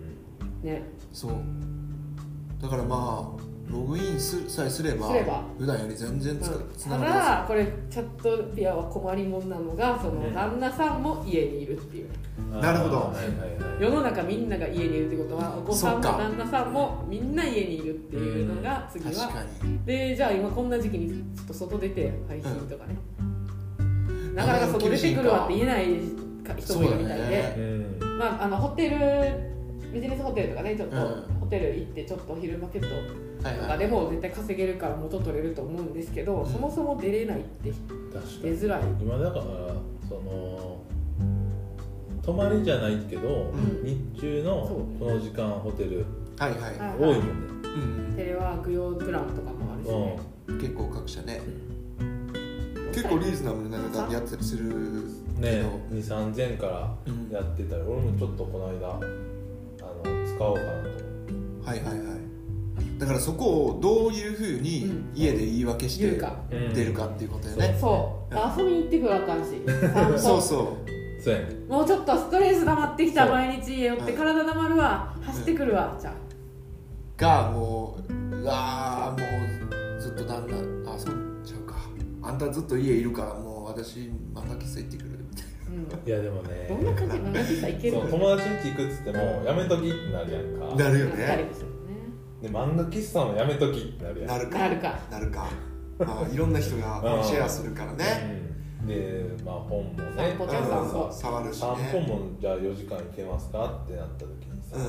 [SPEAKER 1] ね
[SPEAKER 3] そうだからまあログインすさえすれば
[SPEAKER 1] すれば
[SPEAKER 3] 普段より全然つ,、つな
[SPEAKER 1] た
[SPEAKER 3] がりや
[SPEAKER 1] だこれチャットピアは困りもんなのがその
[SPEAKER 2] ね
[SPEAKER 1] 旦那さんも家にいるっていう
[SPEAKER 2] うんうん
[SPEAKER 3] なるほど
[SPEAKER 2] あーはいはいはい
[SPEAKER 1] 世の中みんなが家にいるってことはお子さんも
[SPEAKER 3] そっか
[SPEAKER 1] 旦那さんもみんな家にいるっていうのが
[SPEAKER 3] すい
[SPEAKER 1] 次
[SPEAKER 3] 確
[SPEAKER 1] は
[SPEAKER 3] かに
[SPEAKER 1] でじゃあ今こんな時期にちょっと外出て配信とかね、なかなか外出てくるわって言えない人もいるみたい
[SPEAKER 3] そう
[SPEAKER 1] で、
[SPEAKER 3] だね
[SPEAKER 2] うん
[SPEAKER 1] まああのホテルビジネスホテルとかねちょっと、
[SPEAKER 3] うん
[SPEAKER 1] ホテル行ってちょっと昼マーケット
[SPEAKER 3] はい
[SPEAKER 1] と
[SPEAKER 3] は
[SPEAKER 1] か
[SPEAKER 3] い
[SPEAKER 1] でも絶対稼げるから元取れると思うんですけど、そもそも出れないって
[SPEAKER 2] 確か
[SPEAKER 1] 出
[SPEAKER 2] に
[SPEAKER 1] づらい
[SPEAKER 2] 今だからその泊まりじゃないけど
[SPEAKER 1] ん
[SPEAKER 2] 日中の
[SPEAKER 1] そう
[SPEAKER 2] この時間ホテル
[SPEAKER 3] はいはい、
[SPEAKER 1] はい
[SPEAKER 2] 多いもんね
[SPEAKER 3] うん
[SPEAKER 1] テレワーク用プランとかもあるしね、
[SPEAKER 3] うん結構各社ね
[SPEAKER 1] どうし
[SPEAKER 3] 結
[SPEAKER 1] たら
[SPEAKER 3] 構リーズナブルな値段でやったりする
[SPEAKER 2] うん
[SPEAKER 3] け
[SPEAKER 2] ね
[SPEAKER 3] ど、
[SPEAKER 2] 二三千から
[SPEAKER 3] うん、
[SPEAKER 2] やってたり俺もちょっとこの間あの使おうかなと
[SPEAKER 3] はいはいはいだからそこをどういうふうに
[SPEAKER 1] うん
[SPEAKER 3] 家で言い訳して
[SPEAKER 1] 言うか
[SPEAKER 3] 出るかっていうことよ
[SPEAKER 2] うん
[SPEAKER 3] ね、
[SPEAKER 1] そう遊びに行ってくるわけあかんし
[SPEAKER 3] そうそう
[SPEAKER 2] そうやね
[SPEAKER 1] もうちょっとストレス溜まってきた
[SPEAKER 2] そう
[SPEAKER 1] 毎日家寄って体溜まるわ走ってくるわじゃあ
[SPEAKER 3] がもううわーもうずっと旦那あそうちゃうかあんたずっと家いるからもう私漫画喫茶行ってくるみたい
[SPEAKER 1] うん
[SPEAKER 2] いやでも
[SPEAKER 1] どんな
[SPEAKER 2] ね
[SPEAKER 1] 感じで長さいける
[SPEAKER 2] そう友達ん家行くっつってもやめときってなるやん
[SPEAKER 3] な
[SPEAKER 2] か
[SPEAKER 3] なるよ
[SPEAKER 1] なったり
[SPEAKER 3] ね
[SPEAKER 1] もするね
[SPEAKER 2] で漫画喫茶もやめときってなるやん
[SPEAKER 3] なるか
[SPEAKER 1] なるか
[SPEAKER 3] なるかあいろんな人がシェアするからね
[SPEAKER 2] うんでまあ本もね
[SPEAKER 1] 散歩お
[SPEAKER 3] う
[SPEAKER 1] 客さん
[SPEAKER 3] ん
[SPEAKER 1] も
[SPEAKER 3] 触るし
[SPEAKER 2] 散歩
[SPEAKER 3] ね
[SPEAKER 2] もじゃあ4時間行けますかってなった時にさ、
[SPEAKER 3] う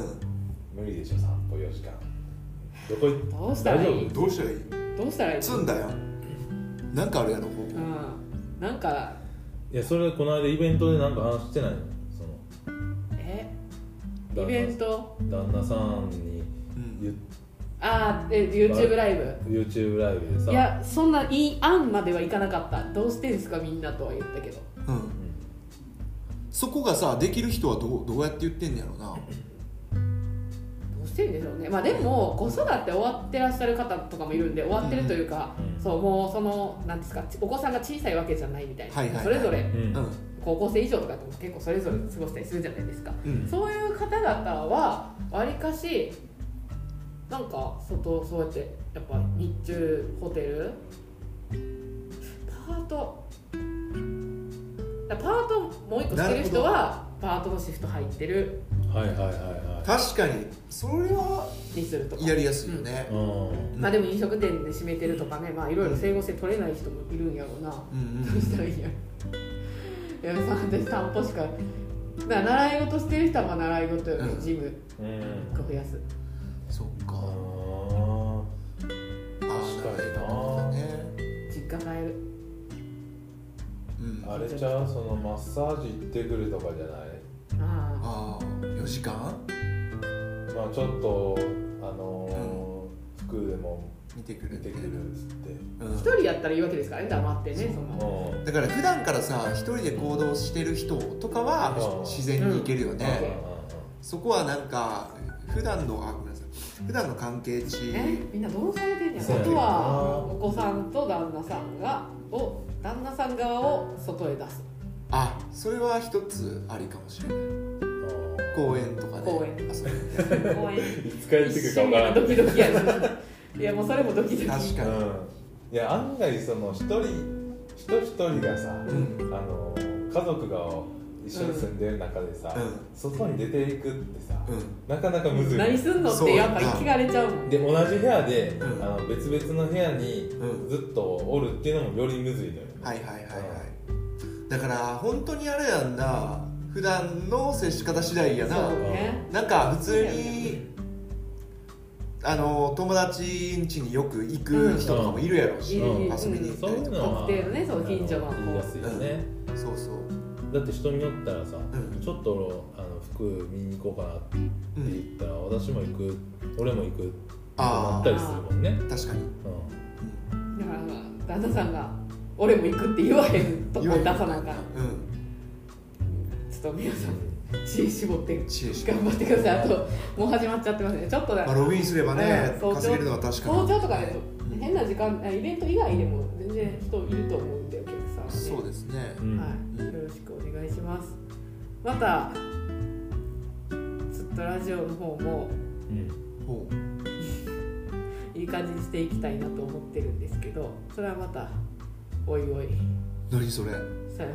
[SPEAKER 2] 無理でしょ散歩4時間どこ行っ
[SPEAKER 1] どうしたらい
[SPEAKER 2] 大
[SPEAKER 1] い
[SPEAKER 2] 丈
[SPEAKER 3] んどうしたらいい
[SPEAKER 1] どうしたらいい
[SPEAKER 3] 積んだよなんかあるやろ方法
[SPEAKER 1] うんなんか
[SPEAKER 2] いやそれこの間イベントでなんか話してないのその
[SPEAKER 1] えイ
[SPEAKER 2] 旦
[SPEAKER 1] ベント
[SPEAKER 2] 那旦那さんに
[SPEAKER 3] うん
[SPEAKER 2] 言っ
[SPEAKER 1] あーえ YouTube ライブ
[SPEAKER 2] YouTube ライブでさ
[SPEAKER 1] いやそんないい案まではいかなかったどうしてんすかみんなとは言ったけど
[SPEAKER 3] うん
[SPEAKER 2] うん
[SPEAKER 3] そこがさできる人はどうどうやって言ってんねやろな
[SPEAKER 1] どうしてんでしょうねまあでも子育て終わってらっしゃる方とかもいるんで終わってるというか、
[SPEAKER 2] うん
[SPEAKER 1] そうもうそのなんですかお子さんが小さいわけじゃないみたいな、
[SPEAKER 3] はいはいはい
[SPEAKER 1] それぞれ
[SPEAKER 2] うん
[SPEAKER 3] う
[SPEAKER 1] 高校生以上とかって結構それぞれ過ごしたりするじゃないですか
[SPEAKER 3] んうん
[SPEAKER 1] そういう方々はわりかしなんか外そうやってやっぱ日中ホテルパートだからパートもう一個してる人はパートのシフト入ってる
[SPEAKER 2] はいはいはいは
[SPEAKER 3] 確かにそれは
[SPEAKER 1] にするとか
[SPEAKER 3] やりやすいよね
[SPEAKER 2] い、うん
[SPEAKER 1] まあでも飲食店で閉めてるとかねまあいろいろ整合性取れない人もいるんやろうな
[SPEAKER 3] うん
[SPEAKER 1] どうしたらいいんやろいやさ私散歩しかだから習い事してる人はまあ習い事よりジム
[SPEAKER 2] うん
[SPEAKER 1] が増やす
[SPEAKER 3] うんそっか
[SPEAKER 2] あ
[SPEAKER 3] あ
[SPEAKER 2] ー
[SPEAKER 3] あ
[SPEAKER 2] 確かにな
[SPEAKER 3] なるほどね
[SPEAKER 1] 実家帰る
[SPEAKER 3] うん
[SPEAKER 2] あれちゃうそのマッサージ行ってくるとかじゃない
[SPEAKER 1] ああ
[SPEAKER 3] ああ4時間
[SPEAKER 2] まあちょっとあのー服でも
[SPEAKER 3] 見てく
[SPEAKER 2] 出
[SPEAKER 3] れ
[SPEAKER 2] て
[SPEAKER 3] て
[SPEAKER 2] くるっつって
[SPEAKER 3] うん
[SPEAKER 1] 一人やったらいいわけですからね黙ってねそんな
[SPEAKER 2] うん
[SPEAKER 3] だから普段からさ一人で行動してる人とか
[SPEAKER 2] う
[SPEAKER 3] は
[SPEAKER 2] ん
[SPEAKER 3] 自然に行けるよ
[SPEAKER 1] うん
[SPEAKER 3] ねそこはなんか普段のあごめんなさい普段の関係値
[SPEAKER 1] えみんなどうされてんねんあ
[SPEAKER 2] そうやね
[SPEAKER 1] とはお子さんと旦那さんがを旦那さん側を外へ出す
[SPEAKER 3] あそれは一つありかもしれない
[SPEAKER 2] うんうんうん
[SPEAKER 3] 公園とかね
[SPEAKER 1] 公園
[SPEAKER 3] 遊びに
[SPEAKER 1] 公園
[SPEAKER 2] いつ帰ってくるか分からん
[SPEAKER 1] ドキドキやねいやもうそれもドキドキ
[SPEAKER 3] 確かに
[SPEAKER 2] うん、いや案外その一人人一人がさ、
[SPEAKER 3] うん
[SPEAKER 2] あの家族が一緒に住んでる中でさ、
[SPEAKER 3] う
[SPEAKER 2] 外に出ていくってさ、
[SPEAKER 3] んうん
[SPEAKER 2] なかなかむずい
[SPEAKER 1] 何すんのってやっぱ生きられちゃうもん
[SPEAKER 2] で同じ部屋で、
[SPEAKER 3] うん
[SPEAKER 2] あの別々の部屋に
[SPEAKER 3] うん
[SPEAKER 2] ずっとおるっていうのもよりむずいのよ、
[SPEAKER 3] はいはいはいはいだから本当にあれやんな普段の接し方次第や
[SPEAKER 1] そ
[SPEAKER 3] な
[SPEAKER 1] うね
[SPEAKER 3] なんか普通にあの友達ん家によく行く人とかもいるやろうし、
[SPEAKER 2] うんうん
[SPEAKER 3] 遊びに行った
[SPEAKER 2] そうい
[SPEAKER 3] り
[SPEAKER 2] う
[SPEAKER 3] と
[SPEAKER 2] のは
[SPEAKER 1] 特定のねその近所の
[SPEAKER 2] あ言いやすいよね、
[SPEAKER 3] かそうそう、
[SPEAKER 2] だって人によったらさ、
[SPEAKER 3] ん
[SPEAKER 2] ちょっとあの服見に行こうかなって
[SPEAKER 3] う
[SPEAKER 2] 言
[SPEAKER 3] ん、
[SPEAKER 2] ったら、私も行く俺も行くってな
[SPEAKER 3] あ
[SPEAKER 2] った
[SPEAKER 3] あ
[SPEAKER 2] りするもんね、
[SPEAKER 3] 確かに、
[SPEAKER 2] う
[SPEAKER 1] だから旦那さんが「俺も行く」って言わへんとこ出さなあかん
[SPEAKER 3] うん
[SPEAKER 1] ちょっと皆さん知恵絞って
[SPEAKER 3] 知恵しか
[SPEAKER 1] 頑張ってくださいあともう始まっちゃってますねちょっとだ
[SPEAKER 3] まあ、ログインすればね、
[SPEAKER 1] うん
[SPEAKER 3] 稼げるのは確かに
[SPEAKER 1] 早朝とかね
[SPEAKER 3] うん
[SPEAKER 1] 変な時間あイベント以外でも全然人いると思うんでお客さんはね
[SPEAKER 3] そうですね、
[SPEAKER 2] ん、うん
[SPEAKER 1] はい、よろしくお願いしますまたちょっとラジオの方も
[SPEAKER 2] うん
[SPEAKER 3] ほう
[SPEAKER 1] いい感じにしていきたいなと思ってるんですけどそれはまたおいおい
[SPEAKER 3] 何それ
[SPEAKER 1] さよ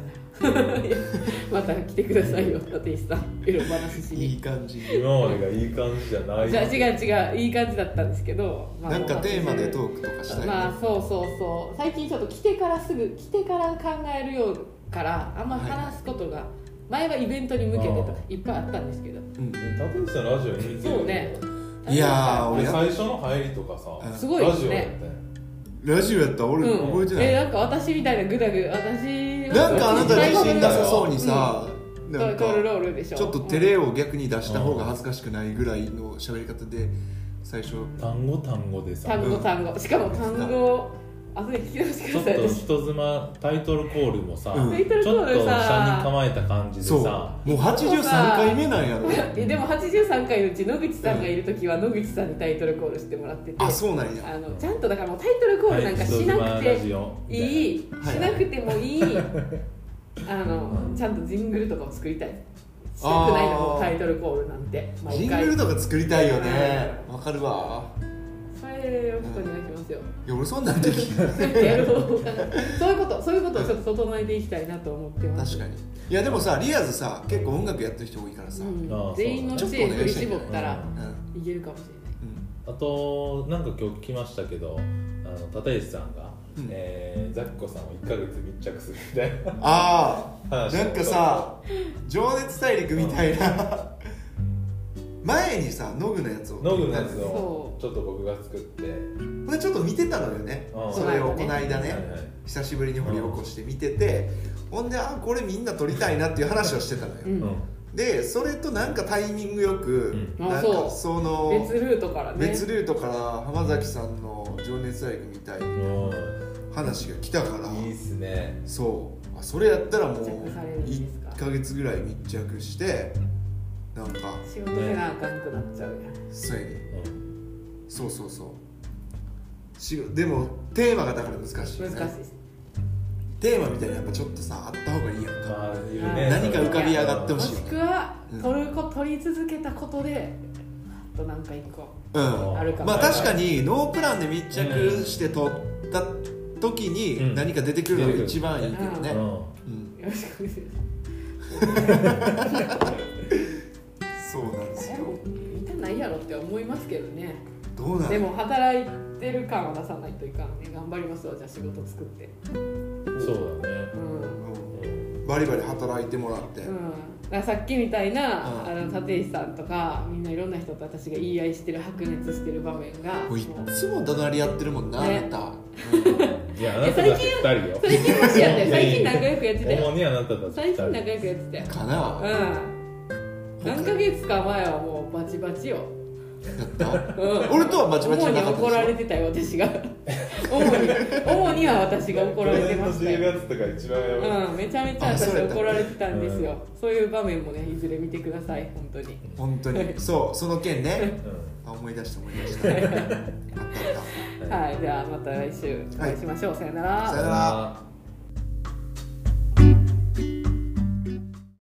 [SPEAKER 1] な らいやまた来てくださいよ立石さんいろいろお話しし
[SPEAKER 3] いい
[SPEAKER 1] に
[SPEAKER 3] 感じ
[SPEAKER 2] 今までがいい感じじゃない
[SPEAKER 1] じゃあ違う違ういい感じだったんですけど、まあ
[SPEAKER 3] なんかテーマでトークとかしたい、
[SPEAKER 1] まあそうそうそう最近ちょっと来てからすぐ来てから考えるようからあんま話すことが、前はイベントに向けてとか
[SPEAKER 2] あ
[SPEAKER 1] いっぱいあったんですけど
[SPEAKER 3] うん
[SPEAKER 2] 竹内さんラジオ見てる
[SPEAKER 1] そうね
[SPEAKER 3] いやー
[SPEAKER 2] 俺
[SPEAKER 3] 俺
[SPEAKER 2] 最初の入りとか
[SPEAKER 3] うん
[SPEAKER 2] さ
[SPEAKER 1] すごいです
[SPEAKER 2] ラジオやっ
[SPEAKER 1] ね
[SPEAKER 2] たよ
[SPEAKER 3] ラジオやったら俺
[SPEAKER 1] うん
[SPEAKER 3] 覚えてない、
[SPEAKER 1] えなんか私みたいなグダグ私
[SPEAKER 3] なんかあなた
[SPEAKER 2] に
[SPEAKER 3] 自
[SPEAKER 2] 死
[SPEAKER 3] 信
[SPEAKER 2] んだ
[SPEAKER 3] な
[SPEAKER 2] よ
[SPEAKER 3] さそうにさ、
[SPEAKER 1] うん
[SPEAKER 3] なんか
[SPEAKER 1] トロロールでしょ
[SPEAKER 3] ちょっと照れを逆に出した方が恥ずかしくないぐらいの喋り方で最初
[SPEAKER 2] 単語単語でさ
[SPEAKER 1] 単語単語しかも単語を後で聞き直して
[SPEAKER 2] ちょっ
[SPEAKER 1] ください
[SPEAKER 2] と
[SPEAKER 1] 私
[SPEAKER 2] 人妻タイトルコールもさ、
[SPEAKER 3] うん
[SPEAKER 1] タイトル
[SPEAKER 2] ち
[SPEAKER 1] コ
[SPEAKER 2] ょっ
[SPEAKER 1] ール
[SPEAKER 2] と車
[SPEAKER 1] さ
[SPEAKER 2] に構えた感じで
[SPEAKER 3] そう
[SPEAKER 2] さ
[SPEAKER 3] もう83回目なんやろ
[SPEAKER 1] えでも83回のうち野口さんがいる時は野口さんにタイトルコールしてもらってて
[SPEAKER 3] あそうなんや
[SPEAKER 1] あのちゃんとだからもうタイトルコールなんかしなく
[SPEAKER 2] は人妻ラ
[SPEAKER 1] て
[SPEAKER 2] ジオみ
[SPEAKER 1] い
[SPEAKER 2] たない
[SPEAKER 1] し
[SPEAKER 3] はい
[SPEAKER 1] なくてもいいあのちゃんとジングルとかを作りたいしたくないのもうタイトルコールなんて
[SPEAKER 3] ジ
[SPEAKER 1] 毎
[SPEAKER 3] ング
[SPEAKER 1] 回
[SPEAKER 3] ルとか作りたいよねわかるわ
[SPEAKER 1] それよろしくお願いしますよ
[SPEAKER 3] いや俺そんなんできん確
[SPEAKER 1] やる方がそういうことそういうことをちょっと整えていきたいなと思ってます
[SPEAKER 3] かにいやでもさリアーズさ結構音楽やってる人多いからさ、うん
[SPEAKER 1] うん
[SPEAKER 2] ああ
[SPEAKER 1] 全員の知恵振り絞ったら
[SPEAKER 2] うん
[SPEAKER 1] いけるかもしれない
[SPEAKER 2] あとなんか今日聞きましたけどあの立石さんが、
[SPEAKER 3] うん
[SPEAKER 2] えーザッコさんを1か月密着するみたいな
[SPEAKER 3] ああ
[SPEAKER 2] 話
[SPEAKER 3] なんかさ「情熱大陸」みたいな前にさノグのやつを
[SPEAKER 2] ノグのやつ
[SPEAKER 3] を
[SPEAKER 2] を
[SPEAKER 1] そ
[SPEAKER 2] ちょっと僕が作って、
[SPEAKER 3] でちょっと見てたのよね
[SPEAKER 2] うん
[SPEAKER 3] それをこの間
[SPEAKER 2] はい
[SPEAKER 3] ね
[SPEAKER 2] はい
[SPEAKER 3] 久しぶりに掘り起こして見ててほんであこれみんな撮りたいなっていう話をしてたの
[SPEAKER 1] う
[SPEAKER 3] よ
[SPEAKER 2] うん
[SPEAKER 1] ん
[SPEAKER 3] でそれとなんかタイミングよく
[SPEAKER 1] うん
[SPEAKER 3] なん
[SPEAKER 1] あそ
[SPEAKER 3] か
[SPEAKER 1] う
[SPEAKER 3] その
[SPEAKER 1] 別ルートからね
[SPEAKER 3] 別ルートから浜崎さんの「情熱大陸」みたいな話が来たから
[SPEAKER 2] うんいいっすね
[SPEAKER 3] そうあそれやったらもう
[SPEAKER 1] 密着されるんですか
[SPEAKER 3] 1ヶ月ぐらい密着してなんか
[SPEAKER 1] 仕事せなあかんくなっちゃうやん
[SPEAKER 3] そうやね
[SPEAKER 2] うん
[SPEAKER 3] そうそうそうしでもテーマがだから難しいよね
[SPEAKER 1] 難しいです
[SPEAKER 3] テーマみたいなやっぱちょっとさあった方がいいやんか
[SPEAKER 2] まあいい
[SPEAKER 1] うん
[SPEAKER 2] ね
[SPEAKER 3] 何か浮かび上がって
[SPEAKER 1] も
[SPEAKER 3] ほしい
[SPEAKER 1] しくは取るこ取り続けたことであとなんか一個
[SPEAKER 3] うん
[SPEAKER 1] あるかも
[SPEAKER 3] まあ確か
[SPEAKER 2] に
[SPEAKER 3] にノープランで密着して撮った時
[SPEAKER 2] うん
[SPEAKER 3] に何か出てくるのが一番いいけどね、
[SPEAKER 2] う
[SPEAKER 3] うん
[SPEAKER 2] ん
[SPEAKER 1] よろしくお願いしま
[SPEAKER 3] そうなんで
[SPEAKER 1] す
[SPEAKER 3] す
[SPEAKER 1] で
[SPEAKER 3] よ
[SPEAKER 1] も見たないやろって思いますけどね
[SPEAKER 3] どうなん
[SPEAKER 1] でも働いてる感は出さないといかんね頑張りますわじゃあ仕事作って
[SPEAKER 2] そうだね
[SPEAKER 1] うん
[SPEAKER 2] うん
[SPEAKER 3] バリバリ働いてもらって、
[SPEAKER 1] うん、だからさっきみたいな、あ
[SPEAKER 3] うん
[SPEAKER 1] の立石さんとかみんないろんな人と私が言い合いしてる白熱してる場面が
[SPEAKER 3] もういっ
[SPEAKER 1] もう
[SPEAKER 3] つも怒鳴り合ってるもんな、
[SPEAKER 1] ね
[SPEAKER 3] あなた、
[SPEAKER 2] いやあなたたち2人よ
[SPEAKER 1] 最近もしやってる
[SPEAKER 2] いやいや
[SPEAKER 1] 最近仲良くやってたよ
[SPEAKER 2] 主にあなたたち
[SPEAKER 1] 最近仲
[SPEAKER 2] 2
[SPEAKER 1] 良くやってたよ
[SPEAKER 3] うん、か
[SPEAKER 1] う
[SPEAKER 3] な、
[SPEAKER 1] ん何ヶ月か前はもうバチバチよ、
[SPEAKER 3] やった
[SPEAKER 1] うん、
[SPEAKER 3] 俺とはバチバチじ
[SPEAKER 1] 主
[SPEAKER 3] ゃ
[SPEAKER 1] に
[SPEAKER 3] なかった
[SPEAKER 1] 怒られてたよ私 が主に主には私
[SPEAKER 2] 人
[SPEAKER 1] が怒られてました
[SPEAKER 2] 去
[SPEAKER 1] よ
[SPEAKER 2] 年の10月とか一番やばい
[SPEAKER 1] うん、めちゃめちゃ
[SPEAKER 3] あそ
[SPEAKER 1] 私
[SPEAKER 3] うやった
[SPEAKER 1] 怒られてたんですよそういう場面もねいずれ見てください本当に
[SPEAKER 3] 本当にそうその件ね
[SPEAKER 2] うん
[SPEAKER 3] あ思い出した思い出したあったあった
[SPEAKER 1] はい、ではまた来週お会いしましょう、さよなら
[SPEAKER 3] さよなら
[SPEAKER 2] あー